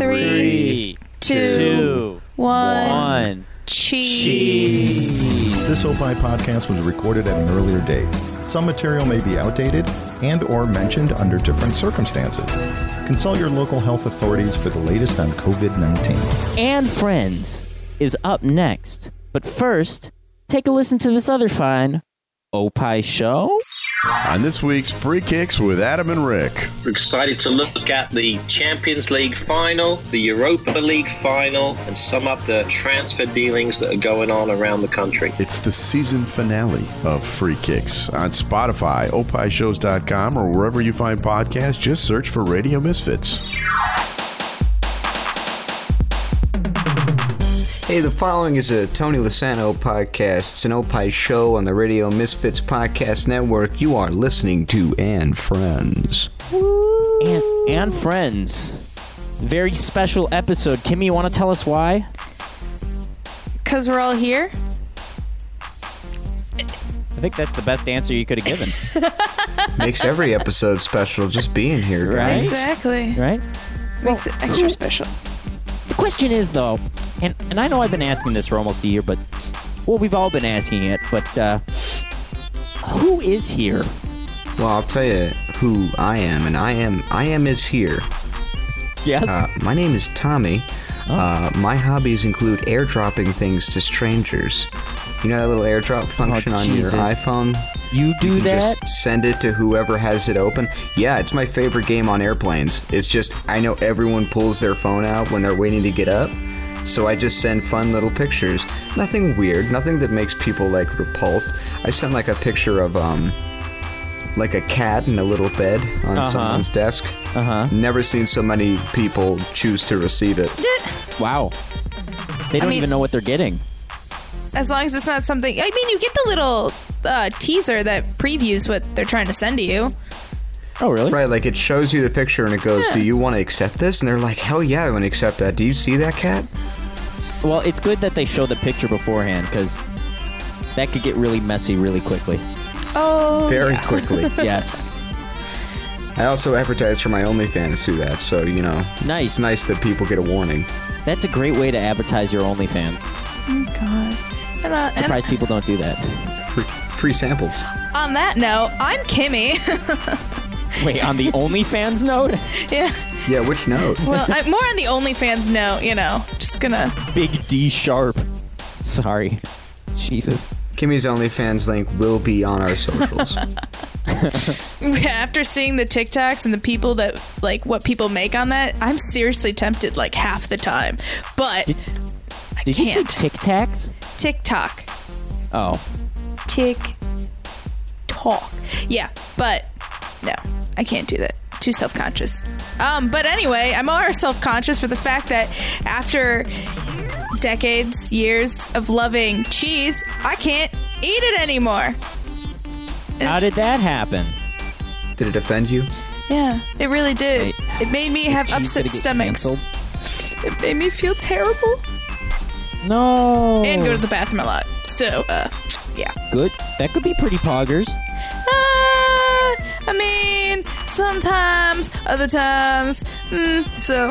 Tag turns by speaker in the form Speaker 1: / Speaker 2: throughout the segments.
Speaker 1: Three, two, one. Cheese.
Speaker 2: This SoFi podcast was recorded at an earlier date. Some material may be outdated and or mentioned under different circumstances. Consult your local health authorities for the latest on COVID-19.
Speaker 3: and Friends is up next. But first, take a listen to this other fine Opie show.
Speaker 4: On this week's Free Kicks with Adam and Rick.
Speaker 5: We're excited to look at the Champions League final, the Europa League final, and sum up the transfer dealings that are going on around the country.
Speaker 4: It's the season finale of Free Kicks on Spotify, opishows.com, or wherever you find podcasts. Just search for Radio Misfits.
Speaker 6: Hey, the following is a Tony Lasano podcast. It's an Opie show on the Radio Misfits Podcast Network. You are listening to and friends.
Speaker 3: and and friends. Very special episode. Kimmy, you want to tell us why?
Speaker 1: Because we're all here.
Speaker 7: I think that's the best answer you could have given.
Speaker 6: Makes every episode special just being here, guys.
Speaker 3: Right?
Speaker 1: Exactly.
Speaker 3: Right?
Speaker 1: Makes it extra special.
Speaker 3: The question is though, and and I know I've been asking this for almost a year, but well, we've all been asking it, but uh, who is here?
Speaker 6: Well, I'll tell you who I am, and I am I am is here.
Speaker 3: Yes.
Speaker 6: Uh, my name is Tommy.
Speaker 3: Oh.
Speaker 6: Uh, my hobbies include airdropping things to strangers. You know that little airdrop function on your
Speaker 3: Oh, Jesus.
Speaker 6: iPhone?
Speaker 3: you do
Speaker 6: You can
Speaker 3: that?
Speaker 6: Just send it to whoever has it open. Yeah, it's my favorite game on airplanes. It's just I know everyone pulls their phone out when they're waiting to get up. So I just send fun little pictures. Nothing weird, nothing that makes people like repulsed. I sent like a picture of um like a cat in a little bed on someone's desk. Uh-huh. Never seen so many people choose to receive it.
Speaker 3: Wow. They don't
Speaker 1: mean-
Speaker 3: even know what they're getting.
Speaker 1: As long as it's not something. I mean, you get the little uh, teaser that previews what they're trying to send to you.
Speaker 3: Oh, really?
Speaker 6: Right, like it shows you the picture and it goes,
Speaker 1: Yeah.
Speaker 6: "Do you want to accept this?" And they're like, "Hell yeah, I want to accept that." Do you see that cat?
Speaker 3: Well, it's good that they show the picture beforehand because that could get really messy really quickly.
Speaker 1: Oh.
Speaker 6: Very quickly.
Speaker 3: Yes.
Speaker 6: I also advertise for my OnlyFans through that, so you know, it's,
Speaker 3: Nice.
Speaker 6: it's nice that people get a warning.
Speaker 3: That's a great way to advertise your OnlyFans.
Speaker 1: God. And, uh, and
Speaker 3: Surprised people don't do that.
Speaker 6: Free, free samples.
Speaker 1: on that note, I'm Kimmy.
Speaker 3: Wait, on the OnlyFans note?
Speaker 1: yeah.
Speaker 6: Yeah, which note?
Speaker 1: Well, I, more on the OnlyFans note, you know. Just gonna.
Speaker 3: Big D sharp. Sorry. Jesus.
Speaker 6: Kimmy's OnlyFans link will be on our socials.
Speaker 1: After seeing the TikToks and the people that like what people make on that, I'm seriously tempted like half the time. But I
Speaker 3: Did you say
Speaker 1: can't.
Speaker 3: Tic Tacs?
Speaker 1: TikTok,
Speaker 3: Oh.
Speaker 1: tick, talk. Yeah, but no, I can't do that. Too self conscious. Um, but anyway, I'm more self conscious for the fact that after decades, years of loving cheese, I can't eat it anymore.
Speaker 3: How did that happen?
Speaker 6: Did it offend you?
Speaker 1: Yeah, it really did. it made me have
Speaker 3: Is cheese
Speaker 1: upset
Speaker 3: gonna get
Speaker 1: stomachs.
Speaker 3: canceled?
Speaker 1: It made me feel terrible
Speaker 3: No.
Speaker 1: and go to the bathroom a lot. So, uh, yeah.
Speaker 3: Good. That could be pretty poggers.
Speaker 1: Ah, I mean, sometimes, other times. Mm, so,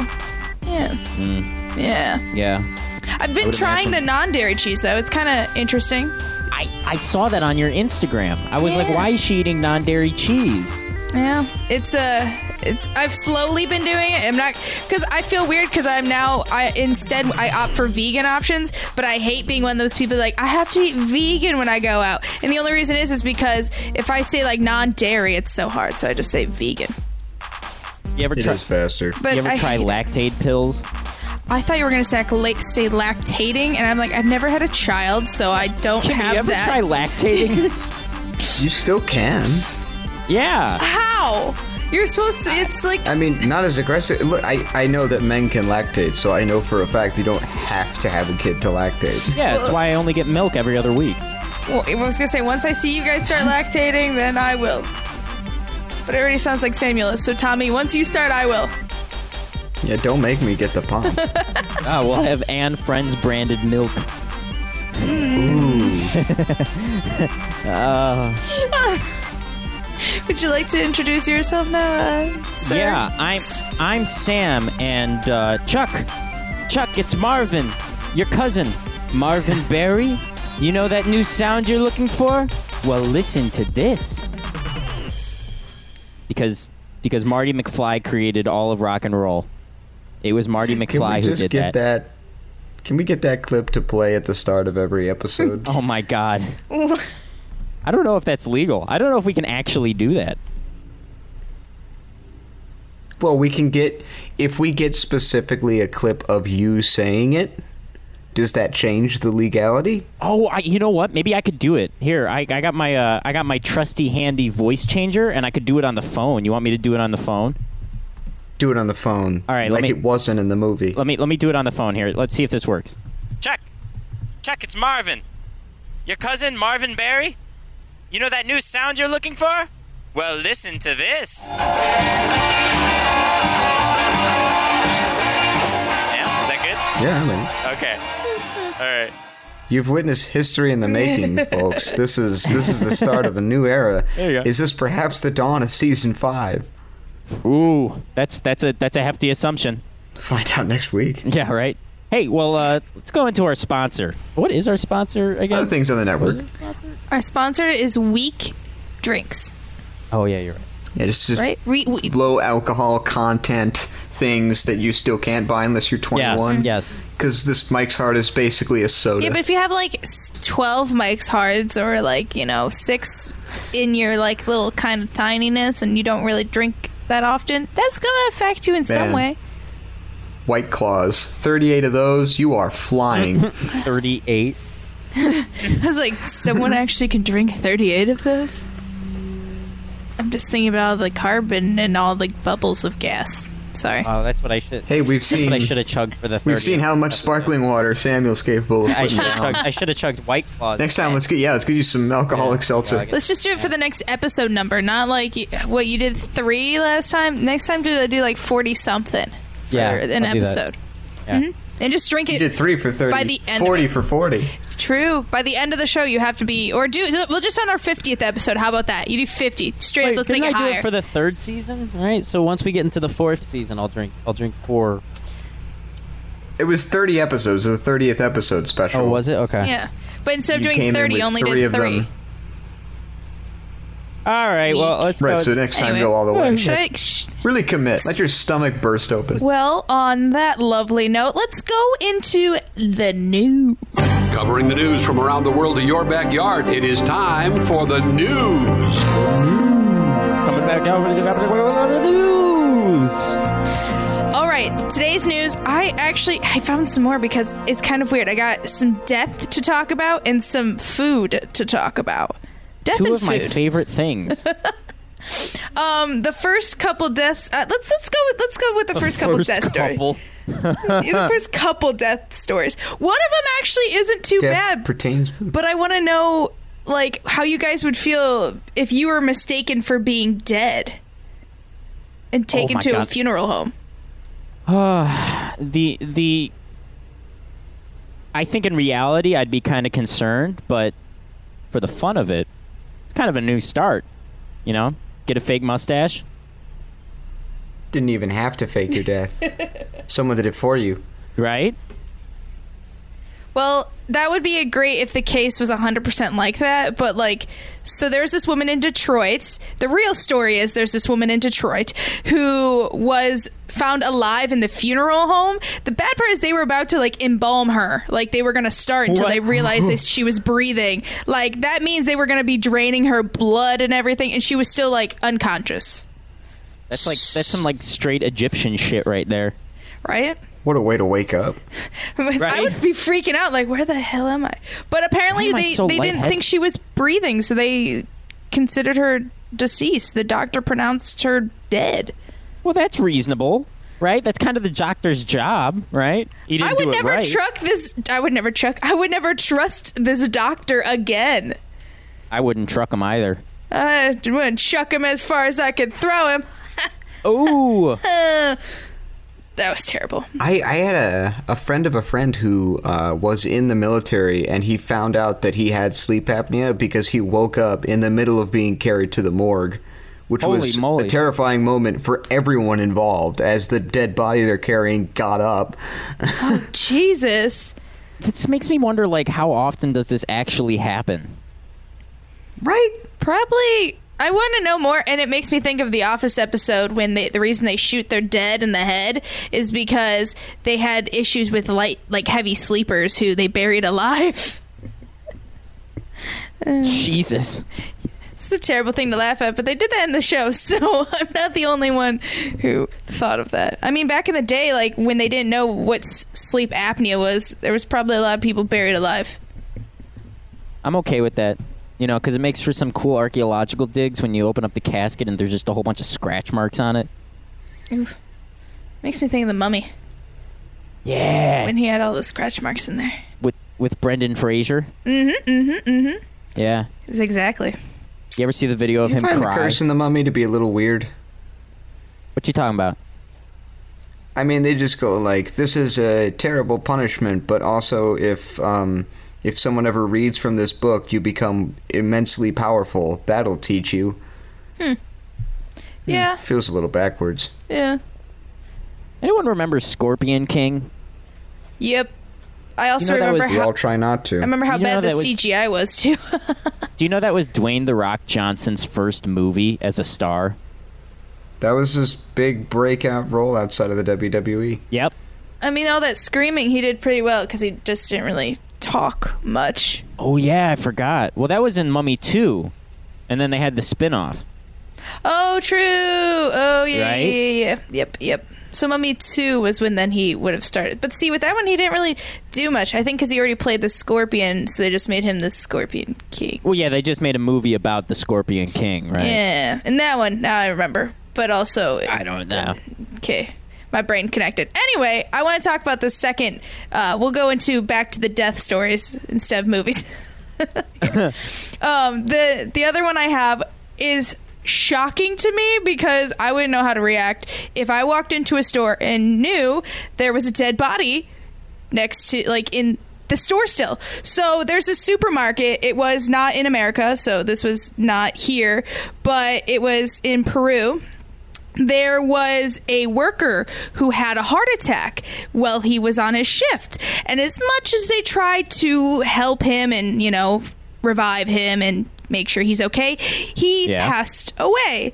Speaker 1: yeah. Yeah.
Speaker 3: Yeah.
Speaker 1: I've been trying the non dairy cheese, though. It's kind of interesting.
Speaker 3: I, I saw that on your Instagram. I was like,
Speaker 1: Yeah.
Speaker 3: why is she eating non dairy cheese?
Speaker 1: Yeah, it's uh, it's I've slowly been doing it. I'm not because I feel weird because I'm now I instead I opt for vegan options, but I hate being one of those people like I have to eat vegan when I go out, and the only reason is is because if I say like non-dairy, it's so hard, so I just say vegan.
Speaker 3: You ever
Speaker 6: It
Speaker 3: try,
Speaker 6: is faster.
Speaker 1: But
Speaker 3: you ever
Speaker 1: I,
Speaker 3: try
Speaker 1: hate-
Speaker 3: lactate pills?
Speaker 1: I thought you were gonna say like, la- say lactating, and I'm like I've never had a child, so I don't
Speaker 3: Can
Speaker 1: have
Speaker 3: you ever
Speaker 1: that.
Speaker 3: try lactating?
Speaker 6: You still can.
Speaker 3: yeah.
Speaker 1: How? You're supposed to? It's like
Speaker 6: I mean, not as aggressive. Look, I, I know that men can lactate, so I know for a fact you don't have to have a kid to lactate.
Speaker 3: Yeah, that's why I only get milk every other week.
Speaker 1: Well, I was gonna say once I see you guys start lactating, then I will. But it already sounds like Samuel. So Tommy, once you start, I will.
Speaker 6: Yeah, don't make me get the pump.
Speaker 3: Oh, we'll have Anne Friends branded milk.
Speaker 6: Ooh.
Speaker 1: Would you like to introduce yourself now, uh, sir?
Speaker 3: Yeah, I'm I'm Sam and uh, Chuck. Chuck, it's Marvin, your cousin, Marvin Berry. You know that new sound you're looking for? Well, listen to this. Because because Marty McFly created all of rock and roll. It was Marty
Speaker 6: Can
Speaker 3: McFly
Speaker 6: we
Speaker 3: who
Speaker 6: just
Speaker 3: did
Speaker 6: get that. Can we get that clip to play at the start of every episode?
Speaker 3: Oh my god. I don't know if that's legal. I don't know if we can actually do that.
Speaker 6: Well, we can get if we get specifically a clip of you saying it. Does that change the legality?
Speaker 3: Oh, I, you know what? Maybe I could do it. Here, I, I got my uh, I got my trusty handy voice changer, and I could do it on the phone. You want me to do it on the phone?
Speaker 6: Do it on the phone.
Speaker 3: All right, let
Speaker 6: like
Speaker 3: me-
Speaker 6: it wasn't in the movie.
Speaker 3: Let me let me do it on the phone here. Let's see if this works.
Speaker 8: Chuck, Chuck, it's Marvin. Your cousin, Marvin Barry? You know that new sound you're looking for? Well, listen to this. Yeah, is that good?
Speaker 6: Yeah, I mean,
Speaker 8: Okay. All right.
Speaker 6: you've witnessed history in the making, folks. This is this is the start of a new era.
Speaker 3: There you go.
Speaker 6: Is this perhaps the dawn of season five?
Speaker 3: Ooh, that's that's a that's a hefty assumption.
Speaker 6: Find out next week.
Speaker 3: Yeah, right. Hey, well, uh, let's go into our sponsor. What is our sponsor
Speaker 6: Other
Speaker 3: again?
Speaker 6: things on the network.
Speaker 1: Our sponsor is Weak Drinks,
Speaker 3: Oh yeah, you're right.
Speaker 6: Yeah, it's just
Speaker 1: right? Re- we-
Speaker 6: low alcohol content things that you still can't buy unless you're
Speaker 3: Yes,
Speaker 6: 21.
Speaker 3: yes.
Speaker 6: Because this Mike's Hard is basically a soda.
Speaker 1: yeah, but if you have like s- 12 Mike's Hards or like, you know, six in your like little kind of tininess and you don't really drink that often, that's going to affect you in some
Speaker 6: Man.
Speaker 1: way.
Speaker 6: White Claws, 38 of those, you are flying.
Speaker 3: Thirty-eight.
Speaker 1: I was like, someone actually can drink 38 of those? I'm just thinking about all the carbon and all the bubbles of gas. Sorry.
Speaker 3: Oh, that's what I should.
Speaker 6: hey, we've
Speaker 3: that's
Speaker 6: seen
Speaker 3: what I should have chugged for the. 30.
Speaker 6: we've seen how much sparkling water Samuel's capable of
Speaker 3: I
Speaker 6: putting
Speaker 3: should have
Speaker 6: down.
Speaker 3: chugged. I should have chugged White Claws.
Speaker 6: Next time, let's get yeah, let's get you some alcoholic seltzer.
Speaker 1: Let's just do it for the next episode number, not like y- what you did three last time. Next time, do do like forty something for
Speaker 3: Yeah,
Speaker 1: an
Speaker 3: I'll do that.
Speaker 1: episode,
Speaker 3: Yeah.
Speaker 1: Mhm. and just drink
Speaker 6: you
Speaker 1: it.
Speaker 6: did three for thirty,
Speaker 1: By the end of
Speaker 6: 40
Speaker 1: it.
Speaker 6: for forty.
Speaker 1: True. By the end of the show, you have to be or do. Well, just on our fiftieth episode, how about that? You do fifty straight.
Speaker 9: Wait,
Speaker 1: let's make
Speaker 9: didn't I
Speaker 1: it
Speaker 9: do
Speaker 1: higher.
Speaker 9: it for the third season? All right, so once we get into the fourth season, I'll drink. I'll drink four.
Speaker 6: It was thirty episodes, the thirtieth episode special.
Speaker 9: Oh, was it? Okay.
Speaker 1: yeah, but instead of
Speaker 6: You
Speaker 1: doing
Speaker 6: came in
Speaker 1: thirty,
Speaker 6: with
Speaker 1: you only
Speaker 6: three
Speaker 1: did
Speaker 6: of
Speaker 1: three.
Speaker 6: them.
Speaker 9: All right. Well, let's
Speaker 6: Right,
Speaker 9: go.
Speaker 6: so next time
Speaker 1: Anyway.
Speaker 6: go all the way.
Speaker 1: Should I- sh-
Speaker 6: Really commit. Let your stomach burst open.
Speaker 1: well, on that lovely note, let's go into the news.
Speaker 10: Covering the news from around the world to your backyard, it is time for the news.
Speaker 9: Coming back down with the news.
Speaker 1: All right, today's news. I actually I found some more because it's kind of weird. I got some death to talk about and some food to talk about. Death
Speaker 3: Two
Speaker 1: and
Speaker 3: of my
Speaker 1: food.
Speaker 3: favorite things.
Speaker 1: um, the first couple deaths. Uh, let's let's go with let's go with the, first couple death stories.
Speaker 3: couple.
Speaker 1: the first couple death stories. One of them actually isn't too
Speaker 6: Death
Speaker 1: bad,
Speaker 6: pertains food.
Speaker 1: but I want to know like how you guys would feel if you were mistaken for being dead and taken
Speaker 3: Oh my
Speaker 1: to a
Speaker 3: God.
Speaker 1: funeral home.
Speaker 3: the the I think in reality I'd be kind of concerned, but for the fun of it, it's kind of a new start, you know? Get a fake mustache.
Speaker 6: Didn't even have to fake your death. Someone did it for you.
Speaker 3: Right?
Speaker 1: Well, that would be a great if the case was 100% like that, but like so there's this woman in Detroit. The real story is there's this woman in Detroit who was found alive in the funeral home. The bad part is they were about to like embalm her. Like they were going to start until they
Speaker 3: What?
Speaker 1: realized that she was breathing. Like that means they were going to be draining her blood and everything and she was still like unconscious,
Speaker 3: That's like that's some like straight Egyptian shit right there.
Speaker 1: right?
Speaker 6: What a way to wake up.
Speaker 1: I would be freaking out, like, where the hell am I? But apparently,
Speaker 3: Why am I
Speaker 1: they,
Speaker 3: so
Speaker 1: they didn't
Speaker 3: lightheaded?
Speaker 1: think she was breathing, so they considered her deceased. The doctor pronounced her dead.
Speaker 3: Well, that's reasonable, right? That's kind of the doctor's job, right? He didn't
Speaker 1: I would
Speaker 3: do it
Speaker 1: never
Speaker 3: right.
Speaker 1: truck this. I would never truck. I would never trust this doctor again.
Speaker 3: I wouldn't truck him either.
Speaker 1: I wouldn't chuck him as far as I could throw him.
Speaker 3: Oh,
Speaker 1: Uh, that was terrible.
Speaker 6: I, I had a, a friend of a friend who uh, was in the military and he found out that he had sleep apnea because he woke up in the middle of being carried to the morgue which
Speaker 3: Holy
Speaker 6: was
Speaker 3: moly.
Speaker 6: a terrifying moment for everyone involved as the dead body they're carrying got up.
Speaker 3: Ah.
Speaker 1: Jesus.
Speaker 3: This makes me wonder, like, how often does this actually happen?
Speaker 6: Right?
Speaker 1: Probably. I want to know more, and it makes me think of the Office episode when they, the reason they shoot their dead in the head is because they had issues with light, like heavy sleepers who they buried alive. Mm.
Speaker 3: Jesus.
Speaker 1: It's a terrible thing to laugh at, but they did that in the show, so I'm not the only one who thought of that. I mean, back in the day, like when they didn't know what s- sleep apnea was, there was probably a lot of people buried alive.
Speaker 3: I'm okay with that. You know, because it makes for some cool archaeological digs when you open up the casket and there's just a whole bunch of scratch marks on it.
Speaker 1: Makes me think of the mummy
Speaker 3: Yeah.
Speaker 1: when he had all the scratch marks in there.
Speaker 3: With with Brendan Fraser.
Speaker 1: Mm-hmm. Mm-hmm. Mm-hmm.
Speaker 3: Yeah.
Speaker 1: It's exactly.
Speaker 3: You ever see the video of
Speaker 6: you
Speaker 3: him
Speaker 6: find
Speaker 3: cry?
Speaker 6: the curse in the mummy to be a little weird.
Speaker 3: What you talking about?
Speaker 6: I mean, they just go like, "This is a terrible punishment," but also, if um, if someone ever reads from this book, you become immensely powerful. That'll teach you.
Speaker 1: Yeah.
Speaker 6: Feels a little backwards.
Speaker 1: Yeah.
Speaker 3: Anyone remember Scorpion King?
Speaker 1: Yep. I also
Speaker 3: know that
Speaker 1: remember
Speaker 6: We
Speaker 1: how
Speaker 6: all try not to.
Speaker 1: I remember how
Speaker 3: You know
Speaker 1: bad the
Speaker 3: that was-
Speaker 1: CGI was too.
Speaker 3: Do you know that was Dwayne the Rock Johnson's first movie as a star?
Speaker 6: that was his big breakout role outside of the E. WWE.
Speaker 3: Yep.
Speaker 1: I mean, all that screaming he did pretty well because he just didn't really talk much.
Speaker 3: Oh yeah, I forgot. Well, that was in Mummy 2. And then they had the spin-off.
Speaker 1: Oh, true. Oh, yeah,
Speaker 3: Right?
Speaker 1: yeah, yeah, yeah. Yep, yep. So Mummy Two was when then he would have started. But see, with that one, he didn't really do much. I think because he already played the Scorpion, so they just made him the Scorpion King.
Speaker 3: Well, yeah, they just made a movie about the Scorpion King, right?
Speaker 1: Yeah, and that one now I remember. But also,
Speaker 3: I don't know.
Speaker 1: Okay. My brain connected. Anyway, I want to talk about the second. Uh, we'll go into back to the death stories instead of movies. um, the the other one I have is shocking to me because I wouldn't know how to react if I walked into a store and knew there was a dead body next to like in the store still. So there's a supermarket. It was not in America, so this was not here, but it was in Peru there was a worker who had a heart attack while he was on his shift. And as much as they tried to help him and, you know, revive him and make sure he's okay, he
Speaker 3: Yeah.
Speaker 1: passed away.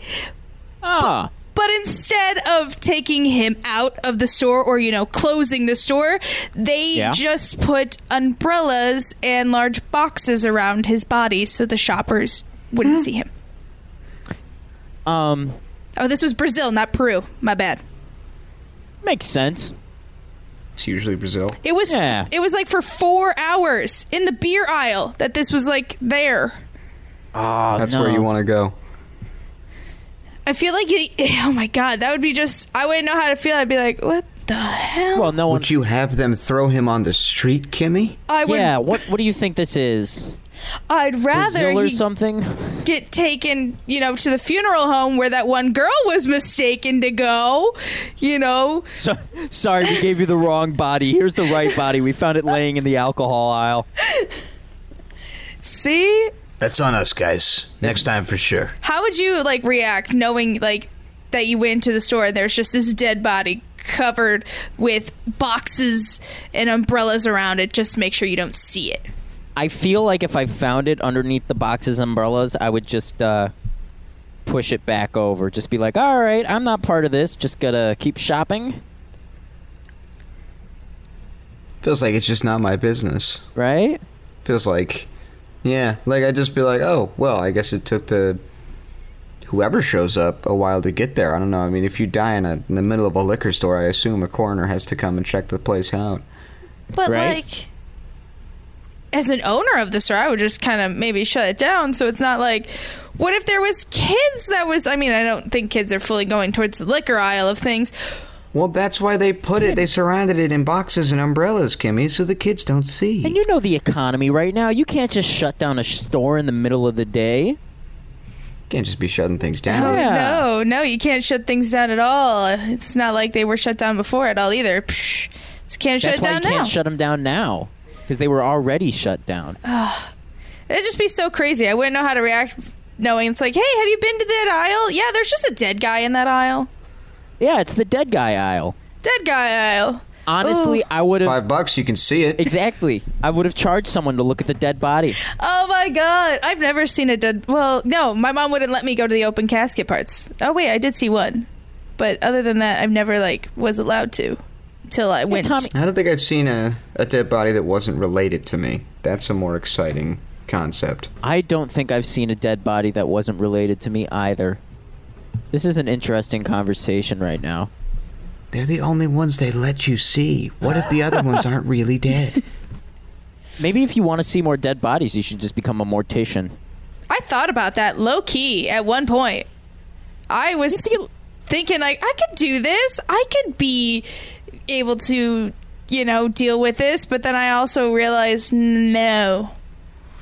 Speaker 3: Ah.
Speaker 1: But instead of taking him out of the store or, you know, closing the store, they
Speaker 3: Yeah.
Speaker 1: just put umbrellas and large boxes around his body so the shoppers
Speaker 3: Hmm.
Speaker 1: wouldn't see him.
Speaker 3: Um
Speaker 1: Oh, this was Brazil, not Peru. My bad.
Speaker 3: makes sense.
Speaker 6: It's usually Brazil.
Speaker 1: It was
Speaker 3: Yeah.
Speaker 1: it was like for four hours in the beer aisle that this was like there.
Speaker 6: That's where
Speaker 3: no.
Speaker 6: you want to go.
Speaker 1: I feel like you, oh my god, that would be just I wouldn't know how to feel. I'd be like, what the hell?
Speaker 3: Well, no one
Speaker 6: Would you have them throw him on the street, Kimmy?
Speaker 1: I would.
Speaker 3: Yeah, what what do you think this is?
Speaker 1: I'd rather
Speaker 3: Brazil or
Speaker 1: he
Speaker 3: something?
Speaker 1: get taken, you know, to the funeral home where that one girl was mistaken to go. You know,
Speaker 3: So, sorry, we gave you the wrong body. Here's the right body. We found it laying in the alcohol aisle.
Speaker 1: see
Speaker 6: That's on us, guys. Next time for sure.
Speaker 1: how would you like react knowing like that you went to the store and there's just this dead body covered with boxes and umbrellas around it just make sure you don't see it
Speaker 3: I feel like if I found it underneath the boxes and umbrellas, I would just uh, push it back over. Just be like, all right, I'm not part of this. Just gotta keep shopping,
Speaker 6: Feels like it's just not my business.
Speaker 3: right?
Speaker 6: feels like yeah like i'd just be like oh well i guess it took the whoever shows up a while to get there i don't know i mean if you die in, a, in the middle of a liquor store i assume a coroner has to come and check the place out
Speaker 1: but
Speaker 3: Right.
Speaker 1: like as an owner of the store i would just kind of maybe shut it down so it's not like what if there was kids that was i mean i don't think kids are fully going towards the liquor aisle of things
Speaker 6: well that's why they put it they surrounded it in boxes and umbrellas kimmy so the kids don't
Speaker 3: And
Speaker 6: see
Speaker 3: you know the economy right now. You can't just shut down a store in the middle of the day.
Speaker 6: can't just be shutting things
Speaker 1: Oh
Speaker 6: down
Speaker 3: Yeah.
Speaker 1: no, no, you can't shut things down at all. It's not like they were shut down before at all either. Psh, just can't shut it
Speaker 3: That's why
Speaker 1: down
Speaker 3: you can't
Speaker 1: now.
Speaker 3: shut them down now because they were already shut down.
Speaker 1: It'd just be so crazy. I wouldn't know how to react knowing it's like, hey, have you been to that aisle? Yeah, there's just a dead guy in that aisle.
Speaker 3: Yeah, it's the dead guy aisle.
Speaker 1: Dead guy aisle.
Speaker 3: Honestly,
Speaker 1: Ooh.
Speaker 3: I would have
Speaker 6: Five bucks, you can see it.
Speaker 3: exactly. I would have charged someone to look at the dead body.
Speaker 1: Oh my god, I've never seen a dead. Well, no, my mom wouldn't let me go to the open casket parts. Oh wait, I did see one, but other than that, I've never like was allowed to till I went.
Speaker 3: Tommy-
Speaker 6: I don't think I've seen a, a dead body that wasn't related to me. That's a more exciting concept.
Speaker 3: I don't think I've seen a dead body that wasn't related to me either. This is an interesting conversation right now.
Speaker 6: They're the only ones they let you see. What if the other ones aren't really dead?
Speaker 3: Maybe if you want to see more dead bodies, you should just become a mortician.
Speaker 1: I thought about that low key at one point. I was thinking like I could do this. I could be able to, you know, deal with this. But then I also realized no.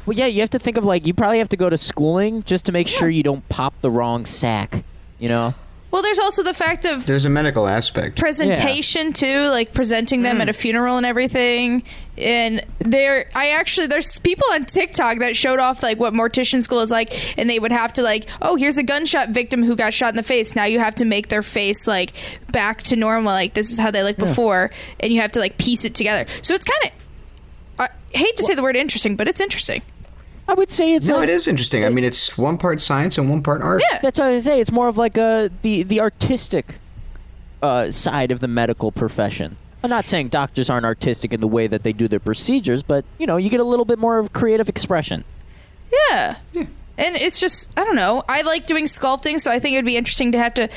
Speaker 3: Well, yeah, you have to think of like you probably have to go to schooling just to make sure you don't pop the wrong sack. You know,
Speaker 1: Well, there's also the fact of
Speaker 6: There's a medical aspect.
Speaker 1: presentation too, like presenting them at a funeral and everything. And there, I actually there's people on TikTok that showed off like what mortician school is like, and they would have to like, oh, here's a gunshot victim who got shot in the face. Now you have to make their face like back to normal, like this is how they looked before, and you have to like piece it together. So it's kind of. I hate to say the word interesting, but it's interesting.
Speaker 3: I would say it's
Speaker 6: No,
Speaker 3: like-
Speaker 6: it is interesting. I mean, it's one part science and one part art.
Speaker 1: Yeah.
Speaker 3: That's what I say. It's more of like uh, the the artistic uh, side of the medical profession. I'm not saying doctors aren't artistic in the way that they do their procedures, but you know, you get a little bit more of creative expression.
Speaker 1: Yeah. And it's just I don't know. I like doing sculpting, so I think it would be interesting to have to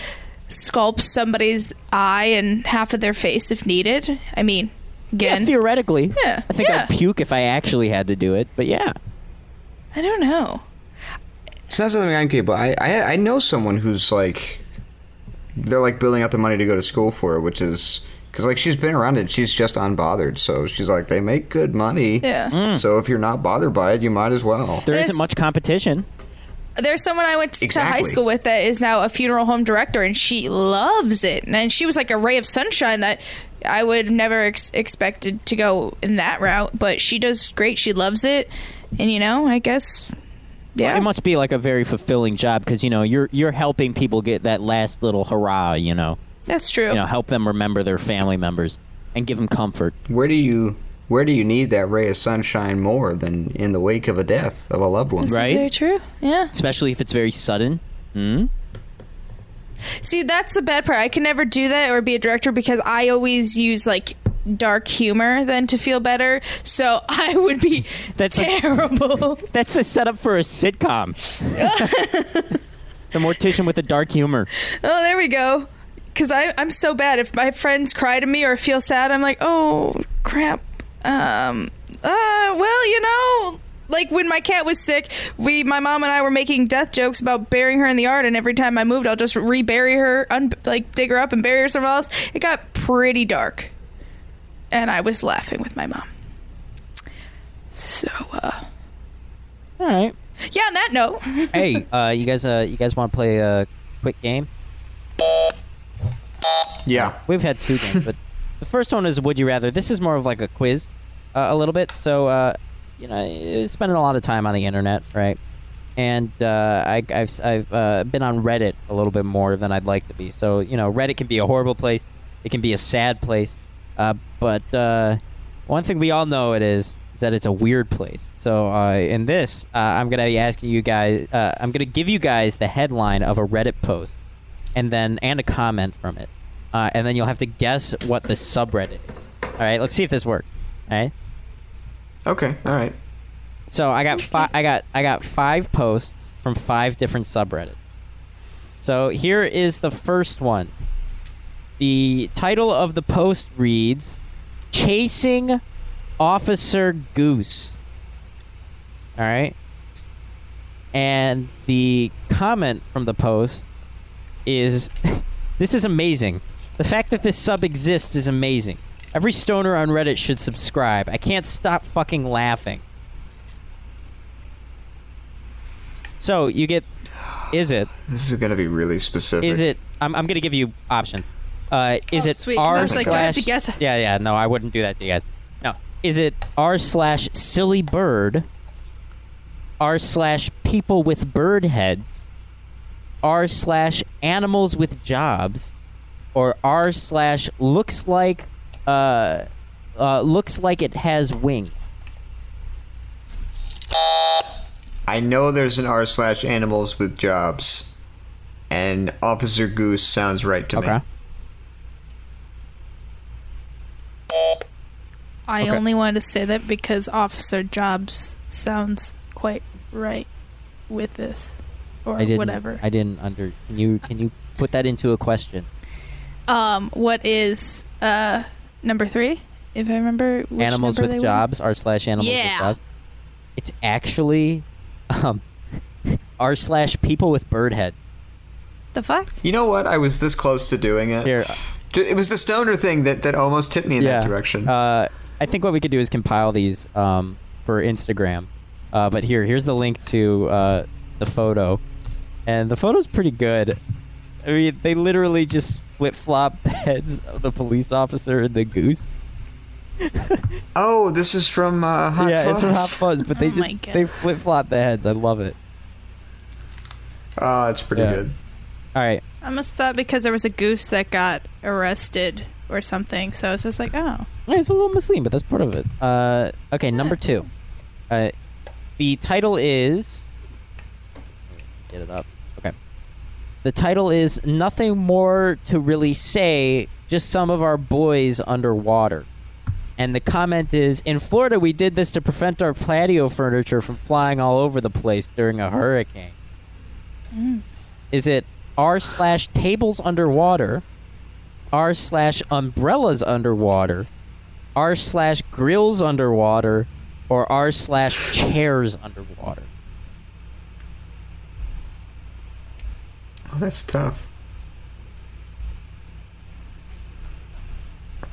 Speaker 1: sculpt somebody's eye and half of their face if needed. I mean,
Speaker 3: Yeah,
Speaker 1: again,
Speaker 3: theoretically.
Speaker 1: Yeah,
Speaker 3: I think
Speaker 1: yeah.
Speaker 3: I'd puke if I actually had to do it, but yeah.
Speaker 1: I don't know.
Speaker 6: It's not something I'm capable. I, I I know someone who's like, they're like building out the money to go to school for it, which is because like she's been around it. She's just unbothered, so she's like, they make good money.
Speaker 1: Yeah.
Speaker 3: Mm.
Speaker 6: So if you're not bothered by it, you might as well.
Speaker 3: there
Speaker 1: There's-
Speaker 3: not much competition.
Speaker 1: There's someone I went to high
Speaker 6: Exactly.
Speaker 1: school with that is now a funeral home director, and she loves it. And she was like a ray of sunshine that I would never ex- expected to go in that route, but she does great. She loves it, and you know, I guess, yeah.
Speaker 3: It must be like a very fulfilling job because you know you're you're helping people get that last little hurrah. You know,
Speaker 1: that's true.
Speaker 3: you know, help them remember their family members and give them comfort.
Speaker 6: Where do you where do you need that ray of sunshine more than in the wake of a death of a loved one?
Speaker 1: This is
Speaker 3: right?
Speaker 1: very true. Yeah.
Speaker 3: especially if it's very sudden.
Speaker 1: See, that's the bad part. I can never do that or be a director because I always use like dark humor then to feel better. So I would be
Speaker 3: That's like-
Speaker 1: terrible.
Speaker 3: That's the setup for a sitcom. the mortician with a dark humor.
Speaker 1: oh, there we go. Because I'm so bad. If my friends cry to me or feel sad, I'm like, oh crap. Um. Uh. Well, you know. Like when my cat was sick, we my mom and I were making death jokes about burying her in the yard, and every time I moved, I'll just rebury her, un- like dig her up and bury her somewhere else. It got pretty dark, and I was laughing with my mom. So, uh,
Speaker 3: All right.
Speaker 1: yeah. On that note,
Speaker 3: Hey, uh, you guys, uh, you guys want to play a quick game?
Speaker 6: Yeah.
Speaker 3: We've had two games, but the first one is Would You Rather. This is more of like a quiz, uh, a little bit. So, uh, you know, I- I spend a lot of time on the internet, right? And uh, I, I've, I've uh, been on Reddit a little bit more than I'd like to be. So, you know, Reddit can be a horrible place, it can be a sad place. Uh, but uh, one thing we all know it is, is that it's a weird place. So, uh, in this, uh, I'm going to be asking you guys, uh, I'm going to give you guys the headline of a Reddit post and then and a comment from it, uh, and then you'll have to guess what the subreddit is. All right, let's see if this works. All right,
Speaker 6: Okay. All right.
Speaker 3: so I got fi- I got I got five posts from five different subreddits. So here is the first one. The title of the post reads, "Chasing Officer Goose." All right, and the comment from the post is this is amazing. The fact that this sub exists is amazing. Every stoner on Reddit should subscribe. I can't stop fucking laughing. So you get is it
Speaker 6: This is gonna be really specific.
Speaker 3: is it I'm, I'm gonna give you options. Uh, is
Speaker 1: Oh,
Speaker 3: it
Speaker 1: sweet, 'cause I
Speaker 3: R
Speaker 1: was like, do I have
Speaker 3: slash
Speaker 1: to guess?
Speaker 3: Yeah, yeah, no, I wouldn't do that to you guys. No. Is it R slash silly bird? r slash people with bird heads, r slash animals with jobs, or r slash looks like uh, uh, looks like it has wings.
Speaker 6: I know there's an r slash animals with jobs, and Officer Goose sounds right to me.
Speaker 3: Okay.
Speaker 1: I only wanted to say that because Officer Jobs sounds quite right with this or
Speaker 3: I didn't.
Speaker 1: whatever.
Speaker 3: I didn't under. Can you can you put that into a question?
Speaker 1: um, what is uh number three? If I remember, which
Speaker 3: animals
Speaker 1: number
Speaker 3: with
Speaker 1: they were?
Speaker 3: jobs r slash animals
Speaker 1: Yeah.
Speaker 3: with jobs. It's actually um, r slash people with bird heads.
Speaker 1: The fuck?
Speaker 6: You know what? I was this close to doing it.
Speaker 3: Here,
Speaker 6: Ju- It was the stoner thing that, that almost tipped me in that direction.
Speaker 3: Uh, I think what we could do is compile these um, for Instagram. Uh, but here, here's the link to uh, the photo, and the photo's pretty good. I mean, they literally just flip flop the heads of the police officer and the goose.
Speaker 6: oh, this is from uh, Hot
Speaker 3: yeah, it's from Hot
Speaker 6: Fuzz.
Speaker 3: Fuzz, but they
Speaker 1: Oh my
Speaker 3: just they
Speaker 1: God.
Speaker 3: flip flop the heads. I love it.
Speaker 6: Oh, it's pretty
Speaker 3: Yeah.
Speaker 6: good.
Speaker 3: All right,
Speaker 1: I must thought because there was a goose that got arrested or something, so it's just like, oh,
Speaker 3: Yeah, it's a little misleading, but that's part of it. Uh, okay, number two. Uh, the title is. Get it up. Okay. The title is Nothing More to Really Say, Just Some of Our Boys Underwater. And the comment is In Florida, we did this to prevent our patio furniture from flying all over the place during a hurricane. Is it r slash tables underwater, r slash umbrellas underwater, r slash grills underwater, or r slash chairs underwater?
Speaker 6: Oh, that's tough.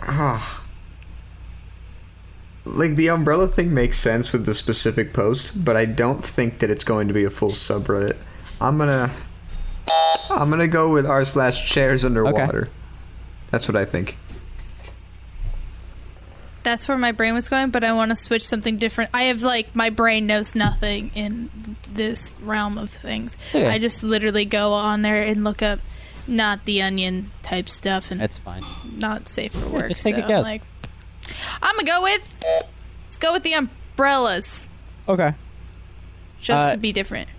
Speaker 6: Ah. Like the umbrella thing makes sense with the specific post, but I don't think that it's going to be a full subreddit. I'm gonna, I'm gonna go with r slash chairs underwater. That's what I think.
Speaker 1: that's where my brain was going. But I want to switch something different. I have like my brain knows nothing in this realm of things.
Speaker 3: Okay.
Speaker 1: I just literally go on there and look up not the onion type stuff and
Speaker 3: That's fine.
Speaker 1: not safe for work.
Speaker 3: just take a
Speaker 1: so,
Speaker 3: guess.
Speaker 1: Like, I'm gonna go with. Let's go with the umbrellas,
Speaker 3: Okay.
Speaker 1: just
Speaker 3: Uh,
Speaker 1: to be different.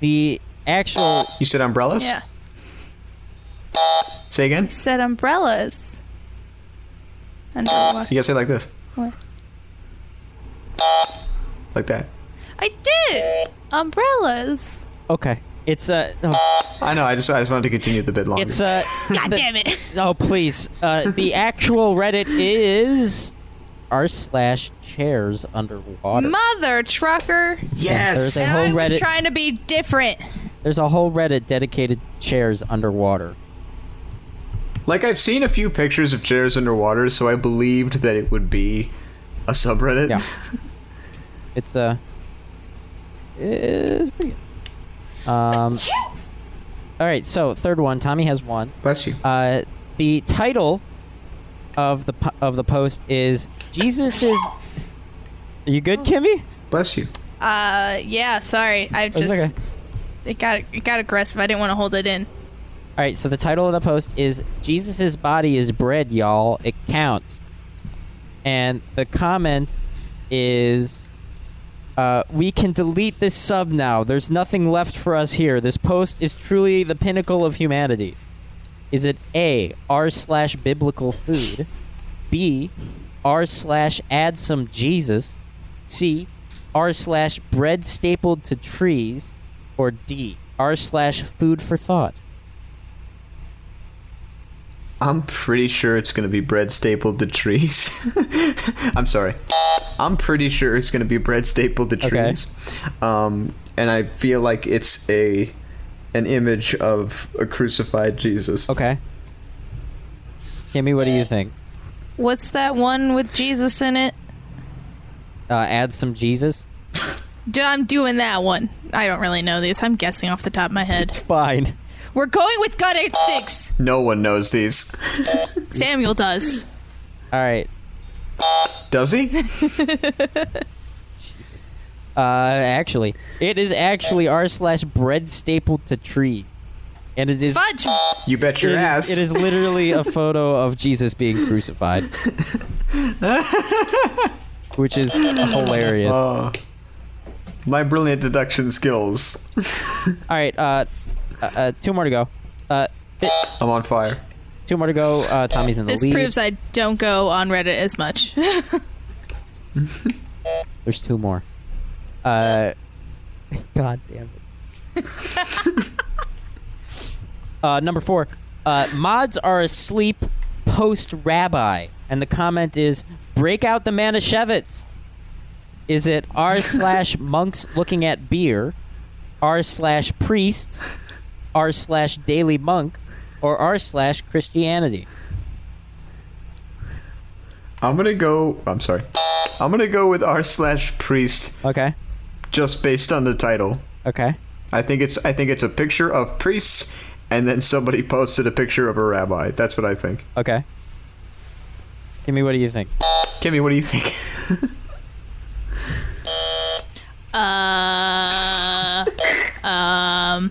Speaker 3: The actual
Speaker 6: You said umbrellas?
Speaker 1: Yeah,
Speaker 6: Say again.
Speaker 1: said umbrellas. Underwater.
Speaker 6: You gotta say it like this.
Speaker 1: What?
Speaker 6: Like that.
Speaker 1: I did umbrellas.
Speaker 3: okay. It's uh no,
Speaker 6: I know. I just I just wanted to continue the bit longer.
Speaker 3: it's uh
Speaker 1: God
Speaker 3: the-
Speaker 1: damn it!
Speaker 3: Oh please. Uh, the actual Reddit is r slash chairs underwater.
Speaker 1: Mother trucker.
Speaker 3: There's a whole
Speaker 1: I was
Speaker 3: Reddit.
Speaker 1: trying to be different.
Speaker 3: there's a whole Reddit dedicated to chairs underwater.
Speaker 6: Like I've seen a few pictures of chairs underwater, so I believed that it would be a subreddit.
Speaker 3: Yeah. It's uh it's pretty good. Um All right, so third one, Tommy has one.
Speaker 6: Bless you.
Speaker 3: Uh the title of the po- of the post is Jesus is Are you good, Kimmy?
Speaker 6: Bless you.
Speaker 1: Uh, yeah. Sorry, I
Speaker 3: It's
Speaker 1: just
Speaker 3: okay.
Speaker 1: it got it got aggressive. I didn't want to hold it in.
Speaker 3: All right, so the title of the post is Jesus' body is bread, y'all. It counts. And the comment is uh, we can delete this sub now. There's nothing left for us here. This post is truly the pinnacle of humanity. Is it A, r slash biblical food, B, r slash add some Jesus, C, r slash bread stapled to trees, or D, r slash food for thought?
Speaker 6: I'm pretty sure it's gonna be bread stapled to trees. I'm sorry. I'm pretty sure it's gonna be bread stapled to
Speaker 3: Okay.
Speaker 6: trees. Um, and I feel like it's a an image of a crucified Jesus.
Speaker 3: Okay. Kimmy, what do you think?
Speaker 1: What's that one with Jesus in it?
Speaker 3: Uh, add some Jesus.
Speaker 1: Do- I'm doing that one. I don't really know these. I'm guessing off the top of my head.
Speaker 3: Fine.
Speaker 1: We're going with gut instincts.
Speaker 6: No one knows these.
Speaker 1: Samuel does.
Speaker 3: All right.
Speaker 6: Does he?
Speaker 3: Uh, Uh, actually, it is actually r slash bread stapled to tree, and it is.
Speaker 1: Fudge.
Speaker 11: You bet
Speaker 3: it
Speaker 11: your
Speaker 3: is-
Speaker 11: ass.
Speaker 3: it is literally a photo of Jesus being crucified, which is hilarious.
Speaker 6: My brilliant deduction skills.
Speaker 3: All right, uh, uh, uh, two more to go. Uh, th-
Speaker 6: I'm on fire.
Speaker 3: two more to go. Uh, Tommy's in the
Speaker 1: This
Speaker 3: lead.
Speaker 1: proves I don't go on Reddit as much.
Speaker 3: There's two more. Uh, God damn it. uh, number four. Uh, mods are asleep post rabbi, and the comment is break out the Manischewitz. Is it r slash monks looking at beer, r slash priests, r slash daily monk, or r slash Christianity?
Speaker 6: I'm gonna go. I'm sorry. I'm gonna go with r slash priest
Speaker 3: Okay.
Speaker 6: just based on the title.
Speaker 3: Okay.
Speaker 6: I think it's. I think it's a picture of priests, and then somebody posted a picture of a rabbi. That's what I think.
Speaker 3: Okay. Kimmy, what do you think?
Speaker 6: Kimmy, what do you think?
Speaker 1: Uh, um,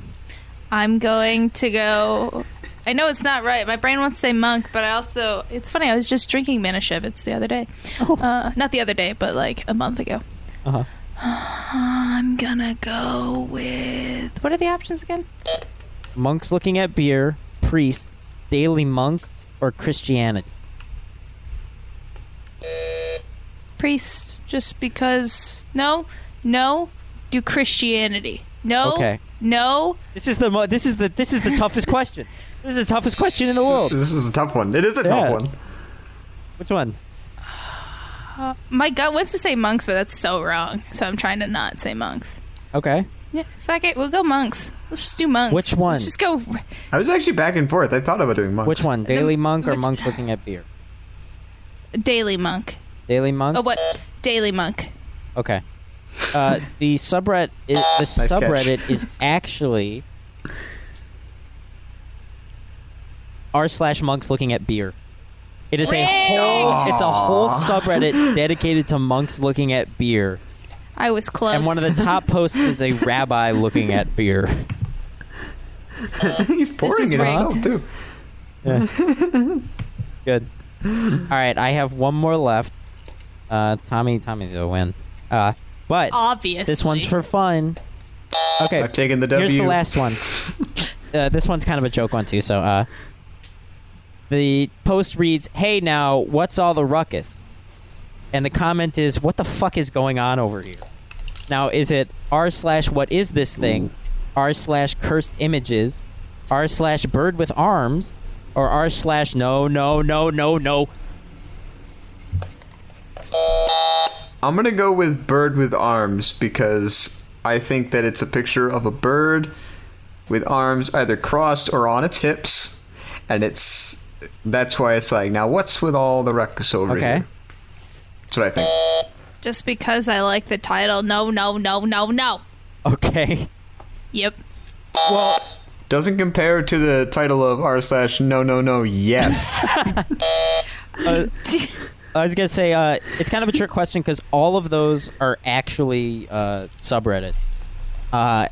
Speaker 1: I'm going to go. I know it's not right. My brain wants to say monk, but I also. It's funny. I was just drinking Manischewitz the other day. Uh, not the other day, but like a month ago.
Speaker 3: Oh. Uh-huh.
Speaker 1: I'm gonna go with. What are the options again?
Speaker 3: monks looking at beer, priests, daily monk, or Christianity.
Speaker 1: Priest, just because. No, no. Do Christianity. No.
Speaker 3: Okay.
Speaker 1: No.
Speaker 3: This is the mo- this is the this is the toughest question. This is the toughest question in the world.
Speaker 6: this is a tough one. It is a tough
Speaker 3: Yeah.
Speaker 6: one.
Speaker 3: Which one?
Speaker 1: My gut wants to say monks, but that's so wrong. So I'm trying to not say monks.
Speaker 3: Okay.
Speaker 1: Yeah, fuck it. We'll go monks. Let's just do monks.
Speaker 3: Which one?
Speaker 1: Let's just go.
Speaker 6: I was actually back and forth. I thought about doing monks.
Speaker 3: Which one? Daily monk or
Speaker 1: which-
Speaker 3: monks looking at beer?
Speaker 1: Daily monk.
Speaker 3: Daily monk.
Speaker 1: Oh, what? Daily monk.
Speaker 3: Okay. Uh, the subreddit i- the
Speaker 6: catch.
Speaker 3: subreddit is actually r slash monks looking at beer. It is a whole it's a whole subreddit dedicated to monks looking at beer.
Speaker 1: I was close.
Speaker 3: And one of the top posts is a rabbi looking at beer.
Speaker 6: He's pouring
Speaker 1: is
Speaker 6: it himself
Speaker 1: rigged.
Speaker 6: too.
Speaker 3: Good. All right, I have one more left. Uh, Tommy, Tommy's gonna win. Uh, but
Speaker 1: obvious.
Speaker 3: this one's for fun. Okay,
Speaker 6: I've taken the W.
Speaker 3: here's the last one. uh, this one's kind of a joke one too. So, uh, the post reads, "Hey, now what's all the ruckus?" And the comment is, "What the fuck is going on over here?" Now, is it r slash what is this thing, r slash cursed images, r slash bird with arms, or r slash no no no no no?
Speaker 6: I'm gonna go with bird with arms because I think that it's a picture of a bird with arms either crossed or on its hips, and it's that's why it's like now what's with all the ruckus over
Speaker 3: Okay.
Speaker 6: here? That's what I think.
Speaker 1: Just because I like the title. No, no, no, no, no.
Speaker 3: Okay.
Speaker 1: Yep.
Speaker 3: Well,
Speaker 6: Doesn't compare to the title of r slash no no no yes.
Speaker 3: Uh, I was gonna say uh, it's kind of a trick question because all of those are actually uh, subreddits. Uh,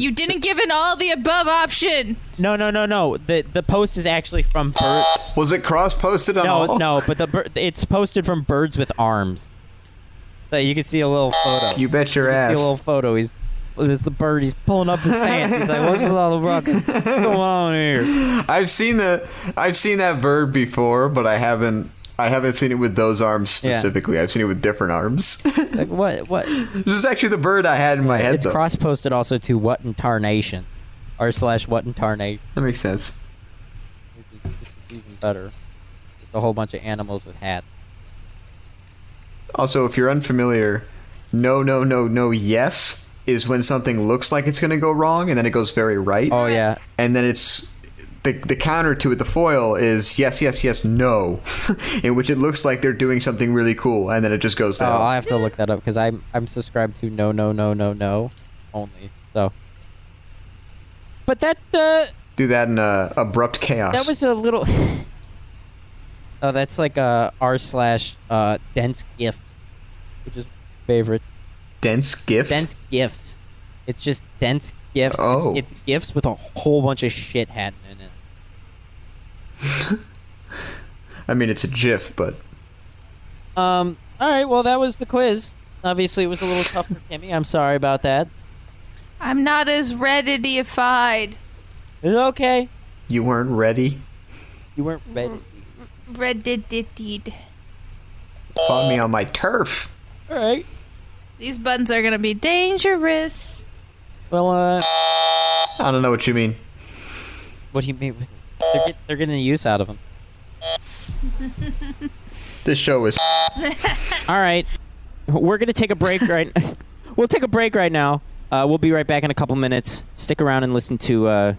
Speaker 1: You didn't give an all the above option.
Speaker 3: no, no, no, no. The the post is actually from bird.
Speaker 6: Was it cross posted on
Speaker 3: No,
Speaker 6: all?
Speaker 3: no. But the bir- it's posted from birds with arms. So you can see a little photo.
Speaker 6: You bet your
Speaker 3: see a
Speaker 6: ass.
Speaker 3: little photo. He's there's the bird. He's pulling up his pants. He's like, "What's with all the ruckus? What's going on here?"
Speaker 6: I've seen the I've seen that bird before, but I haven't I haven't seen it with those arms
Speaker 3: Yeah.
Speaker 6: specifically. I've seen it with different arms.
Speaker 3: Like, what? What?
Speaker 6: This is actually the bird I had in my head.
Speaker 3: It's
Speaker 6: though.
Speaker 3: cross posted also to what in tarnation, r slash what in tarnation.
Speaker 6: that makes sense.
Speaker 3: which is, which is even better. Just a whole bunch of animals with hats.
Speaker 6: Also, if you're unfamiliar, no, no, no, no, yes is when something looks like it's going to go wrong and then it goes very right.
Speaker 3: Oh yeah,
Speaker 6: And then it's the, the counter to it, the foil is yes, yes, yes, no, in which it looks like they're doing something really cool and then it just goes
Speaker 3: oh,
Speaker 6: down.
Speaker 3: I'll have to look that up because I'm I'm subscribed to no no no no no only. So, but that uh,
Speaker 6: Do that in uh, abrupt chaos.
Speaker 3: that was a little. oh, that's like uh, r slash uh, dense gifts, which is favorite.
Speaker 12: Dense gift.
Speaker 3: dense gifts. It's just dense gifts. It's-
Speaker 12: Oh.
Speaker 3: It's, gifts with a whole bunch of shit hat in it.
Speaker 12: I mean, it's a GIF, but
Speaker 3: Um. All right. Well, that was the quiz. Obviously, it was a little tough for Kimmy. I'm sorry about that.
Speaker 1: I'm not as reddidified.
Speaker 3: It's okay.
Speaker 12: you weren't ready.
Speaker 3: You weren't ready.
Speaker 1: Reddited.
Speaker 12: Caught me on my turf.
Speaker 3: All right.
Speaker 1: These buttons are gonna be dangerous.
Speaker 3: Well, uh,
Speaker 12: I don't know what you mean.
Speaker 3: what do you mean? with- They're, get, they're getting a use out of them.
Speaker 12: This show is.
Speaker 3: All right. We're going to take a break right We'll take a break right now. Uh, we'll be right back in a couple minutes. Stick around and listen to uh,